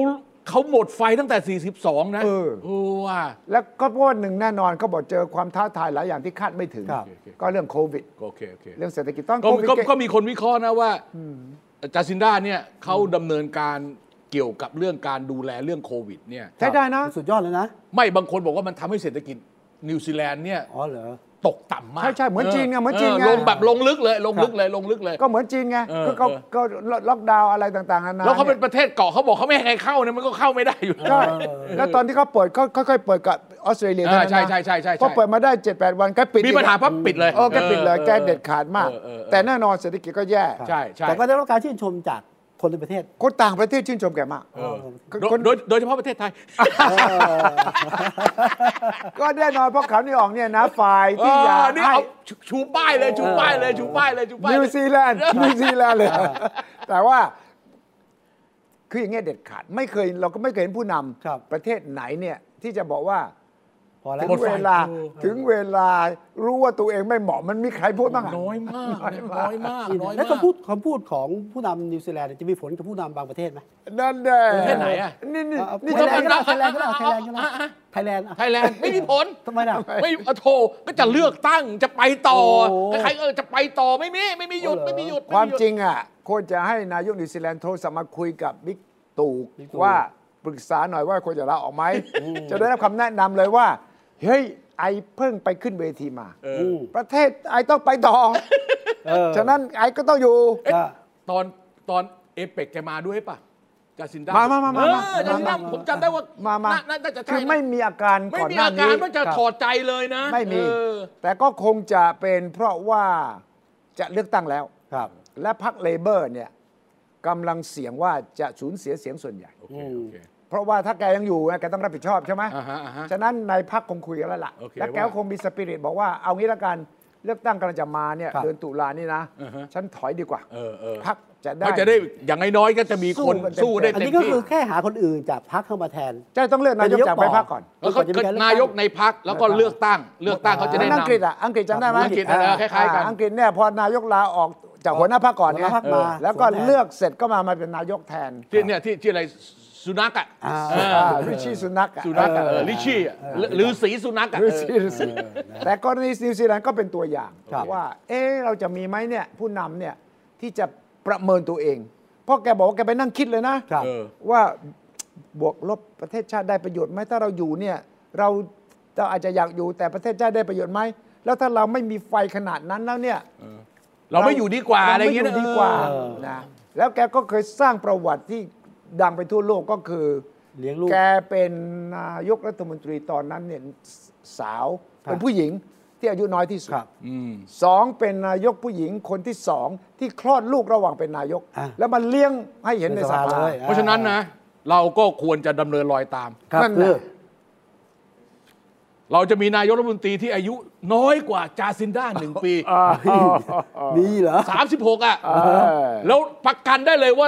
Speaker 3: เขาหมดไฟตั้งแต่ 42 นะ
Speaker 4: เออ
Speaker 3: โอ้ว่า
Speaker 4: แล้วก็เพราะว่าหนึ่งแน่นอนเขาบอกเจอความท้าทายหลายอย่างที่คาดไม่ถึง
Speaker 2: ครับ
Speaker 4: ก็เรื่องโควิด
Speaker 3: โอเคโอเค
Speaker 4: เรื่องเศรษฐกิจต้อง
Speaker 3: ก็
Speaker 4: โควิด
Speaker 3: ก็
Speaker 4: แก
Speaker 3: ก็มีคนวิเคราะห์นะว่าจาซินด้าเนี่ยเขาดำเนินการเกี่ยวกับเรื่องการดูแลเรื่องโควิดเนี่ย
Speaker 4: ใช้ได้นะ
Speaker 2: สุดยอดเลยนะ
Speaker 3: ไม่บางคนบอกว่ามันทำให้เศรษฐกิจนิวซีแลนด์เนี่ย
Speaker 2: อ๋อเหรอ
Speaker 3: ตกต่ำมาก
Speaker 4: ใช่ใช่เหมือนจีนไงเหมือนจีนไง
Speaker 3: ลงแบบลงลึกเลยลงลึกเลยลงลึกเลย
Speaker 4: ก็เหมือนจีนไง
Speaker 3: เออ
Speaker 4: ก็เขา
Speaker 3: เออ
Speaker 4: ก็ล็อกดาวน์อะไรต่างๆนานา
Speaker 3: แล้วเขาเป็น
Speaker 4: ย
Speaker 3: ประเทศเกาะเขาบอกเขาไม่ให้ใครเข้าเนี่ยมันก็เข้าไม่ได้อยู่แล้ว
Speaker 4: ใช่แล้วตอนที่เขาเปิดเขาค่อยๆเปิดกับออสเตรเลีย
Speaker 3: เออ
Speaker 4: เท่านั้นนะ
Speaker 3: ใช่ใช่ใช่ใช่ใช่
Speaker 4: พอเปิดมาได้ 7-8 วันก็ปิด
Speaker 3: มีปัญหาปั๊บปิดเลย
Speaker 4: เออแกปิดเลยแกเด็ดขาดมาก
Speaker 3: เออเออเออ
Speaker 4: แต่แน่นอนเศรษฐกิจก็แย่
Speaker 3: ใช่ใช่
Speaker 2: แต่ก็ได้รับการชื่นชมจากคนในประเทศ
Speaker 4: คนต่างประเทศชื่นชมแกมาก
Speaker 3: เออโดยโดยโดยเฉพาะประเทศไทย
Speaker 4: ก็แน่นอนเพราะข่าวนี้ออกเนี่ยนะฝ่าย
Speaker 3: เอ
Speaker 4: ที่อยา
Speaker 3: อก นี่
Speaker 4: ให้
Speaker 3: เอาชูชูป้ายเลยชูป้ายเลยชูป้ายเลยชูป้าย
Speaker 4: นิว
Speaker 3: เลย
Speaker 4: ซีแลน ด์นิวซีแลนด์เลย แต่ว่า คืออย่างเงี้ยเด็ดขาด ไม่เคยเราก็ไม่เคยเห็นผู้นำ
Speaker 2: ครับ
Speaker 4: ประเทศไหนเนี่ย ที่จะบอกว่า
Speaker 2: พอแล้
Speaker 4: ถึ
Speaker 2: ว
Speaker 4: ง
Speaker 3: หมดไฟ
Speaker 4: เวลาถึงเวลารู้ว่าตัวเองไม่เหมาะมันมีใครพูดบ้างอะ
Speaker 3: น้อยมาก
Speaker 4: น้
Speaker 3: น้อ
Speaker 4: อย
Speaker 3: มาม
Speaker 4: ยาก ก
Speaker 3: น้อยมาก
Speaker 2: แล้วคำพูดคำพูดของผู้นำนิวซีแลนด์เนี่ยจะมีผลกับผู้นำบางประเทศไหม
Speaker 4: นั่นแหละ
Speaker 3: ประเทศไหนอะ
Speaker 4: นี่นี่
Speaker 2: เอา
Speaker 4: นี่
Speaker 2: ไทยแลนด์ก็ได้ไท
Speaker 4: จะ
Speaker 2: ยแลนด์ก็ได้ไทยแลนด์ก็ได้ไทยแลนด์
Speaker 3: ไทยแลนด์ไม่มีผล
Speaker 2: ทำไมล่ะ
Speaker 3: ไม่เอาโทรก็จะเลือกตั้งจะไปต่อ
Speaker 2: โอ้
Speaker 3: ใครๆก็จะไปต่อไม่มีไม่มีหยุด
Speaker 2: โอ้เหรอ
Speaker 3: ไม่มีหยุด
Speaker 4: ความ
Speaker 3: ไหยุด
Speaker 4: จริงอะควรจะให้นายกนิวซีแลนด์โทรศัพท์มาคุยกับบิ๊กตู่
Speaker 2: บิ๊กตู่
Speaker 4: ว่าปรึกษาหน่อยว่าควรจะลาออกไหมจะได้รับคำแนะนำเลยว่า เฮ้ย ไอเพิ่งไปขึ้นเวทีมา
Speaker 3: เออ
Speaker 2: อืม
Speaker 4: ประเทศไอต้องไปต่อ
Speaker 2: เออ
Speaker 4: ฉะนั้นไอก็ต้องอยู่
Speaker 2: เอ๊ะ
Speaker 3: ตอนตอนเอเปกแกมาด้วยป่ะจาซินดา
Speaker 4: มามามามา
Speaker 3: เออ
Speaker 4: มา
Speaker 3: จาซินดา
Speaker 4: มามา
Speaker 3: ผมจำได้ว่า
Speaker 4: มามา
Speaker 3: น่น่าจะใช่
Speaker 4: คือ
Speaker 3: นะ
Speaker 4: ไม่มีอาการ
Speaker 3: ไม่
Speaker 4: ก่อน
Speaker 3: มี
Speaker 4: หน้า
Speaker 3: อาการ
Speaker 4: นี้
Speaker 3: ว่าจะ
Speaker 4: ครับ
Speaker 3: ถอดใจเลยนะ
Speaker 4: ไม่มี
Speaker 3: เออ
Speaker 4: แต่ก็คงจะเป็นเพราะว่าจะเลือกตั้งแล้ว
Speaker 2: ครับ
Speaker 4: และพรรคเลเบอร์เนี่ยกำลังเสี่ยงว่าจะสูญเสียเสียงส่วนใหญ่
Speaker 3: โอเคโอเค
Speaker 4: เพราะว่าถ้าแกยังอยู่นะแกต้องรับผิดชอบใช่ไหม
Speaker 3: อ่าฮะอ่าฮะ
Speaker 4: ฉะนั้นในพรรคคงคุยกันแล้วล่ะ
Speaker 3: โอเค
Speaker 4: และแกก็
Speaker 3: ว่า
Speaker 4: คงมีสปิริตบอกว่าเอางี้ละกัน เลือกตั้งกำลังจะมาเนี่ย
Speaker 2: ครับ
Speaker 4: เดือนตุลานี่นะ
Speaker 3: อือฮะ
Speaker 4: ฉันถอยดีกว่า
Speaker 3: เออเออ
Speaker 4: พักจะได้
Speaker 3: มันจะได้อย่างน้อยๆก็จะมีคน
Speaker 4: สู้
Speaker 3: สู้
Speaker 4: กั
Speaker 3: ได้
Speaker 4: นเต็ม
Speaker 2: อัน
Speaker 3: เต็ม
Speaker 2: นี้ก็
Speaker 3: ที่
Speaker 2: คือแค่หาคนอื่นจากพรรคเข้ามาแทน
Speaker 4: ใช่ต้องเลือกนายกจากไปพักก่อน
Speaker 3: แล้วก็
Speaker 2: ก่อนจะมีการเลือกตั้ง
Speaker 3: นายกในพักแล้วก็เลือกตั้ง เลือกตั้งเขาจะได้
Speaker 4: อังกฤษ
Speaker 3: นำ
Speaker 4: อ่ะอังกฤษจำได้ไหม
Speaker 3: อังกฤษอ่ะคล้ายๆกัน
Speaker 4: อ่อังกฤษเนี่ยพอนายกลาออกจากหัวหน้าพรรคก่อน
Speaker 2: หัวหน้าพรรค
Speaker 4: เนี่ย
Speaker 2: มา
Speaker 4: แล้วก็
Speaker 2: สวนแทน
Speaker 4: เลือกเสร็จก็มามาเป็นนายกแทน
Speaker 3: ที่เนี่ยที่ที่อะไรสุนัขอ่ะ
Speaker 2: อ่า
Speaker 3: เออ
Speaker 4: อ่าริชชี่สุนักอะ
Speaker 3: สุนัขอ่ะเออลิชชี่อ่ะหรือสีสุนัขอ่ะ
Speaker 4: เออริ
Speaker 3: เออ
Speaker 4: ชชี่ริชชี่แต่กรณีนิวซีแลนด์ก็เป็นตัวอย่าง
Speaker 2: ครับ
Speaker 4: ว่า เอ๊ะเราจะมีไหมเนี่ยผู้นำเนี่ยที่จะประเมินตัวเอง เพราะแกบอกว่าแกไปนั่งคิดเลยนะ
Speaker 2: ครับ
Speaker 3: เออ
Speaker 4: ว่าบวกลบประเทศชาติได้ประโยชน์ไหมถ้าเราอยู่เนี่ยเราเราอาจจะอยากอยู่แต่ประเทศชาติได้ประโยชน์ไหมแล้วถ้าเราไม่มีไฟขนาดนั้นแล้วเนี่ย
Speaker 3: เราไม่อยู่ดีกว่าอะไรอย่างเงี้ย
Speaker 4: ไม่ดีกว่า
Speaker 2: เออ
Speaker 4: นะแล้วแกก็เคยสร้างประวัติที่ดังไปทั่วโลกก็คือ
Speaker 2: เลี้ยงลูก
Speaker 4: แกเป็นนายกรัฐมนตรีตอนนั้นเนี่ยสาว
Speaker 2: ครับ
Speaker 4: เป็นผู้หญิงที่อายุน้อยที่สุด
Speaker 2: ครับ
Speaker 3: อืม
Speaker 4: สองเป็นนายกผู้หญิงคนที่สองที่คลอดลูกระหว่างเป็นนายก
Speaker 2: อ่ะ
Speaker 4: แล้วมันเลี้ยงให้เห็นในสภา
Speaker 3: เพราะฉะนั้นนะ เราก็ควรจะดำเนินรอยตาม
Speaker 2: ครับ
Speaker 4: นั่นน่ะ
Speaker 2: คือ
Speaker 3: เราจะมีนายกรัฐมนตรีที่อายุน้อยกว่าจาซินด้าหนึ่งปี
Speaker 2: นี่เหรอ
Speaker 3: 36 อ่ะ
Speaker 4: เออ
Speaker 3: แล้วประกันได้เลยว่า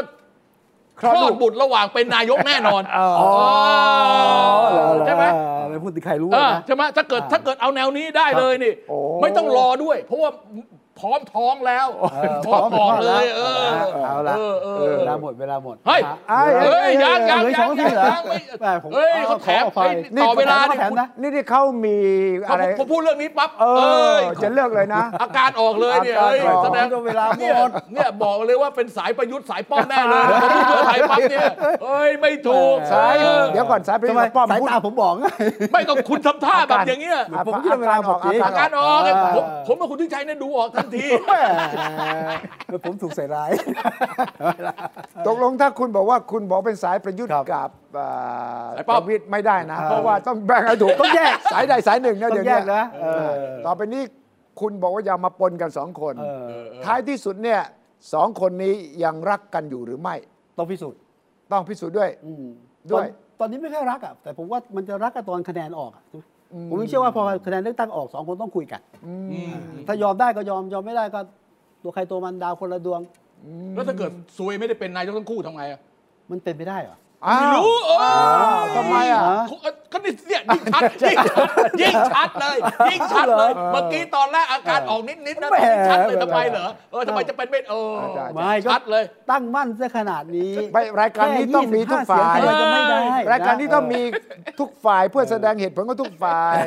Speaker 3: คลอดบุตรระหว่างเป็นนายกแน่นอนเออใช่ไหม
Speaker 2: อะไรพูดถึงใครรู้
Speaker 3: เอ
Speaker 2: อะ
Speaker 3: อ
Speaker 2: นะ
Speaker 3: ใช่ไหมถ้าเกิดถ้าเกิดเอาแนวนี้ได้เลยนี่
Speaker 4: โอ้
Speaker 3: ไม่ต้องรอด้วย เพราะว่าพร้อมท้องแล้วพร้อมออกเลย เออ
Speaker 2: เอาละ
Speaker 3: เออเออ
Speaker 2: เวลาหมดเวลาหมด
Speaker 3: เฮ้ย
Speaker 2: นะ
Speaker 4: เอ้ย
Speaker 3: เฮ้ย
Speaker 2: ดี๋ว
Speaker 3: ยังยัง
Speaker 2: เหลือ
Speaker 3: ยั
Speaker 2: สอง ง
Speaker 3: ยั
Speaker 2: ที
Speaker 3: ง
Speaker 2: เหรอ
Speaker 3: ยังไม่
Speaker 2: แม่ผม
Speaker 3: เฮ้ย
Speaker 2: อ
Speaker 3: เขาแถม
Speaker 2: ออกไป
Speaker 3: เฮ้ย
Speaker 2: นี่
Speaker 3: ต่อเวลา
Speaker 2: ข
Speaker 3: ดิ
Speaker 2: แถมนะ
Speaker 4: นี่ที่เขามี
Speaker 3: พอ
Speaker 4: อะไร
Speaker 3: ผมผมพูดเรื่องนี้ปั๊บ
Speaker 4: เอ
Speaker 3: เอ้
Speaker 4: อย จะเลิกเลยนะ
Speaker 3: อาการออกเลยเนี่ย
Speaker 4: อาการ
Speaker 3: เฮ้ย
Speaker 4: ออก
Speaker 3: แสดง
Speaker 2: เวลาหมด
Speaker 3: เนี่ยเนี่ยบอกเลยว่าเป็นสายประยุทธ์สายป้อมแน่เลยพอพูดเรื่องสายปั๊บเนี่ยเฮ้ยไม่ถูก
Speaker 4: สาย
Speaker 3: เออ
Speaker 4: เดี๋ยวก่อนสายไป
Speaker 2: ทำไม
Speaker 4: ป้อม
Speaker 2: สาย
Speaker 4: พูด
Speaker 2: ตาผมบอกไง
Speaker 3: ไม่ก็คุณทำท่าแบบอย่างเงี้ย
Speaker 4: อ่ะ
Speaker 2: ผมคิดว่าเวลาหมดจริง
Speaker 3: อาการออก
Speaker 2: เออ
Speaker 3: ผมผมกับคุณทิชัยเนี่ยดูออกทันที
Speaker 2: แหมผมถูกใส่ร้าย
Speaker 4: ตกลงถ้าคุณบอกว่าคุณบอกเป็นสายประยุทธ์
Speaker 2: ครับ
Speaker 4: กับเอ่อ
Speaker 3: สายป้อม
Speaker 4: ประวิทย์ไม่ได้นะ
Speaker 2: เออ
Speaker 4: เพราะว่าต้องแบ่งให้ถูกต้องแยกสายใดสายหนึ่งนะ
Speaker 2: ต้อง
Speaker 4: เดี๋ยวเนี้
Speaker 2: แยกนะเออ
Speaker 4: ต่อไปนี้คุณบอกว่าอย่ามาปนกันสองคน
Speaker 2: เออ
Speaker 4: ท้ายที่สุดเนี่ยสองคนนี้ยังรักกันอยู่หรือไม่
Speaker 2: ต้องพิสูจน์
Speaker 4: ต้องพิสูจน์ด้วย
Speaker 2: อืม
Speaker 4: ด้ว
Speaker 2: ต
Speaker 4: ย
Speaker 2: อนตอนนี้ไม่ค่อยรักอ่ะแต่ผมว่ามันจะรักกันตอนคะแนนออกอะผมยังเชื่อว่าพอคะแนนเลือกตั้งออกสองคนต้องคุยกันถ้ายอมได้ก็ยอมยอมไม่ได้ก็ตัวใครตัวมันดาวคนละดวง
Speaker 3: แล้วถ้าเกิดซวยไม่ได้เป็นนายกทั้งคู่ทำไงอ่ะ
Speaker 2: มันเป็นไปได้เหรอ
Speaker 4: อ้าว
Speaker 3: รู้เออ
Speaker 4: ทำไมอ่ะ
Speaker 2: ฮะ
Speaker 3: ก็นี่เนี่ยยิ่งชัดยิ่งชัดยิ่งชัดเลยยิ่งชัดเลยเมื่อกี้ตอนแรกอาการออกนิดๆนะแต่ยิ่งชัดเลยทำไมเหรอเออทำไมจะเป็นไม่เออ
Speaker 4: ได้ได้
Speaker 2: ไม่ก็
Speaker 3: ชัดเลย
Speaker 2: ตั้งมั่นซะขนาดนี้
Speaker 4: ไปรายการนี้ต้องมีทุกฝ่าย
Speaker 2: แค่25เสีงทำไมจะไม่ได้
Speaker 4: รายการนี้ต้องมี
Speaker 2: เ
Speaker 4: ทุกฝ่ายเพื่อแสดงเหตุผลของทุกฝ่าย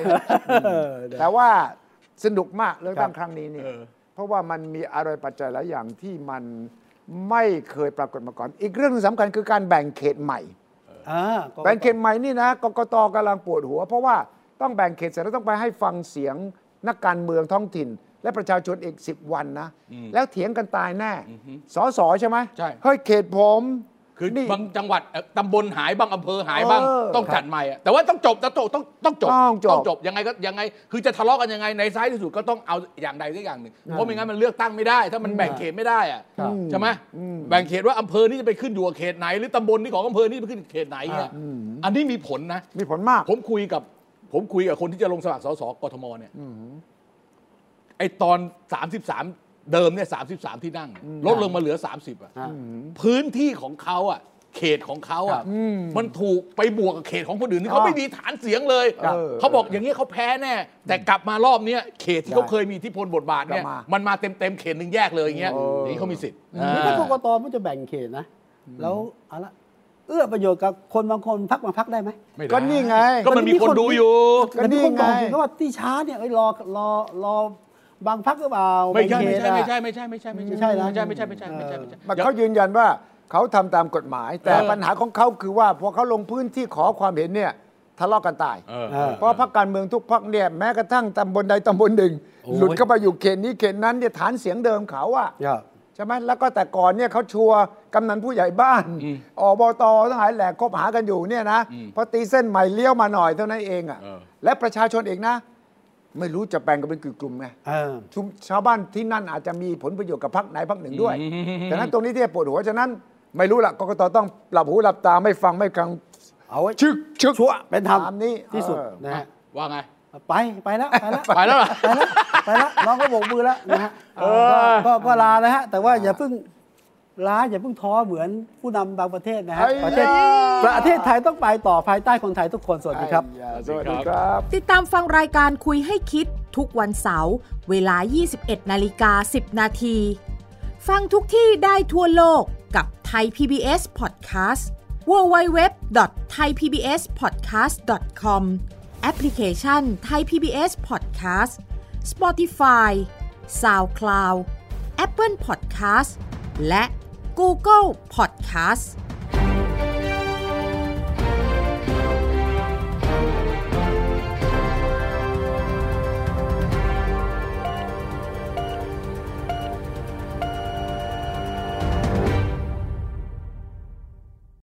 Speaker 2: เออ
Speaker 4: แต่ว่าสนุกมากเลือกตั้
Speaker 2: ค
Speaker 4: ง
Speaker 2: รับ
Speaker 4: ครั้งนี้เนี่ย
Speaker 3: เออ
Speaker 4: เพราะว่ามันมีอะไรปัจจัยหลายอย่างที่มันไม่เคยปรากฏมาก่อน อีกเรื่องหนึ่งสำคัญคือการแบ่งเขตใหม่
Speaker 2: อ่า
Speaker 4: แบ่งเขตใหม่นี่นะกกตกำลังปวดหัว เพราะว่าต้องแบ่งเขตเสร็จแล้วต้องไปให้ฟังเสียงนักการเมืองท้องถิ่น และประชาชนอีก 10 วันนะ แล้วเถียงกันตายแน่สอสอใช่ไหม
Speaker 3: ใช่
Speaker 4: เฮ้ยเขตผม
Speaker 3: คือ
Speaker 4: นี่
Speaker 3: บางจังหวัดเอ่อตำบลหายบ้างอำเภอหายบ้าง
Speaker 4: เออ
Speaker 3: ต้องจัดใหม่อะแต่ว่าต้องจบต้องจบต้องต้องจบ
Speaker 4: ต้องจบ
Speaker 3: ยังไงก็ยังไง คือจะทะเลาะกันยังไงในซ้ายที่สุดก็ต้องเอาอย่างใดสักอย่างหนึ่งเพราะไม่งั้นมันเลือกตั้งไม่ได้ ถ้ามันแบ่งเขตไม่ได้อะใช่ไหมแบ่งเขตว่าอำเภอนี่จะไปขึ้นอยู่กับเขตไหน หรือตำบลนี่ของอำเภอนี่ไปขึ้นเขตไหนเนี่ยอันนี้มีผลนะ
Speaker 4: มีผลมาก
Speaker 3: ผมคุยกับ ผมคุยกับคนที่จะลงสมัครสสกทมเนี่ยไอตอน 33 เดิมเนี่ย33 ที่นั่ง ลดลงมาเหลือ 30อ่ะ
Speaker 2: อ่า
Speaker 3: พื้นที่ของเขาอ่ะ เขตของเขาอ่ะ มันถูกไปบวกกับเขตของคนอื่นที่เขาไม่มีฐานเสียงเลย
Speaker 4: ครับ
Speaker 3: เขาบอกอย่างนี้ยเขาแพ้แน่ แต่กลับมารอบเนี้ยเขตที่เขาเคยมีอิทธิพลบทบาทเนี่ย
Speaker 4: กลับมามั
Speaker 3: มันมาเต็มเต็มๆเขตหนึ่งแยกเลยอย่างเงี้ยอย่างนี้เขามีสิทธิ์
Speaker 2: นี่ถ้ากกตมันจะแบ่งเขตนะ แล้วเอาละเอื้อประโยชน์กับคนบางคนพักบางพักได้ไหม
Speaker 3: ไม่ได้
Speaker 4: ก็นี่ไง
Speaker 3: ก็มันมีคนดูอยู่
Speaker 4: ก็นี่ไง
Speaker 2: แล้วที่คนบอกอยู่ก็ว่าที่ช้าเนี่ยเอ้ยรอรอรอบางพักหรือเปล่า
Speaker 3: ไม่ใช่
Speaker 2: แบ่งเข
Speaker 3: ไม่
Speaker 2: ตอะ
Speaker 3: ใช่ไม่ใช่ไม่ใช่ไม่ใช่ไม่
Speaker 2: ไม่
Speaker 3: ใช่
Speaker 2: ใช่นะ
Speaker 3: ไม่ใช่ไม่ใช่ไม่ใช่ไม่ใช่ไม่ใช่
Speaker 4: มันเขายืนยันว่าเขาทำตามกฎหมาย แต่
Speaker 3: เออ
Speaker 4: ปัญหาของเขาคือว่าพอเขาลงพื้นที่ขอความเห็นเนี่ยทะเลาะกันตาย
Speaker 3: เออ
Speaker 2: เออ
Speaker 4: เพราะพรรคการเมืองทุกพรรคเนี่ยแม้กระทั่งตำบลใดตำบลหนึ่ง
Speaker 2: โอ้ย
Speaker 4: หลุดเข้าไปอยู่เขตนี้เขตนั้นเนี่ยฐานเสียงเดิมเขาอะ
Speaker 2: ครับ
Speaker 4: ใช่ไหมแล้วก็แต่ก่อนเนี่ยเขาชัวร์กำนันผู้ใหญ่บ้านอบตทั้งหลายแหลกคบหากันอยู่เนี่ยนะพอตีเส้นใหม่เลี้ยวมาหน่อยเท่านั้นเองอะ
Speaker 3: เออ
Speaker 4: และประชาชนเองนะ ไม่รู้จะแบ่งกันเป็นกี่กลุ่มไง
Speaker 2: เออ
Speaker 4: ชุมชาวบ้านที่นั่นอาจจะมีผลประโยชน์กับพรรคไหนพรรคหนึ่งด้วยฉะนั้นตรงนี้ที่ปวดหัวฉะนั้น ไม่รู้ละกกตต้องหลับหูหลับตาไม่ฟังไม่กัง
Speaker 2: เอาไว้
Speaker 4: ชึกชึก
Speaker 2: ชั่วเป็นธรรม
Speaker 4: ตามนี้
Speaker 2: ที่สุด
Speaker 4: เออ
Speaker 2: นะฮะ
Speaker 3: ว่าไง
Speaker 2: ไปไปแล้วไปแล้ว
Speaker 3: ไปแล้วเหรอ
Speaker 2: ไปละน้องก็โบกมือแล้วนะฮะก็ก็ก็ลาแล้วฮะ แต่ว่าอย่าเพิ่งล้าอย่าเพิ่งท้อเหมือนผู้นำบางประเทศนะฮะ
Speaker 4: ไอ้ยา
Speaker 2: ประเทศประเทศไทยต้องไปต่อภายใต้คนไทยทุกคนสวัสดีครับ
Speaker 4: ไอ้ยาสวัสดีครับ
Speaker 1: ติดตามฟังรายการคุยให้คิดทุกวันเสาร์เวลา 21 นาฬิกา 10 นาที ฟังทุกที่ได้ทั่วโลกกับ ไทย PBS Podcast www.thaipbspodcast.com แอปพลิเคชัน ไทย PBS Podcast Spotify SoundCloud Apple Podcast และ Google Podcast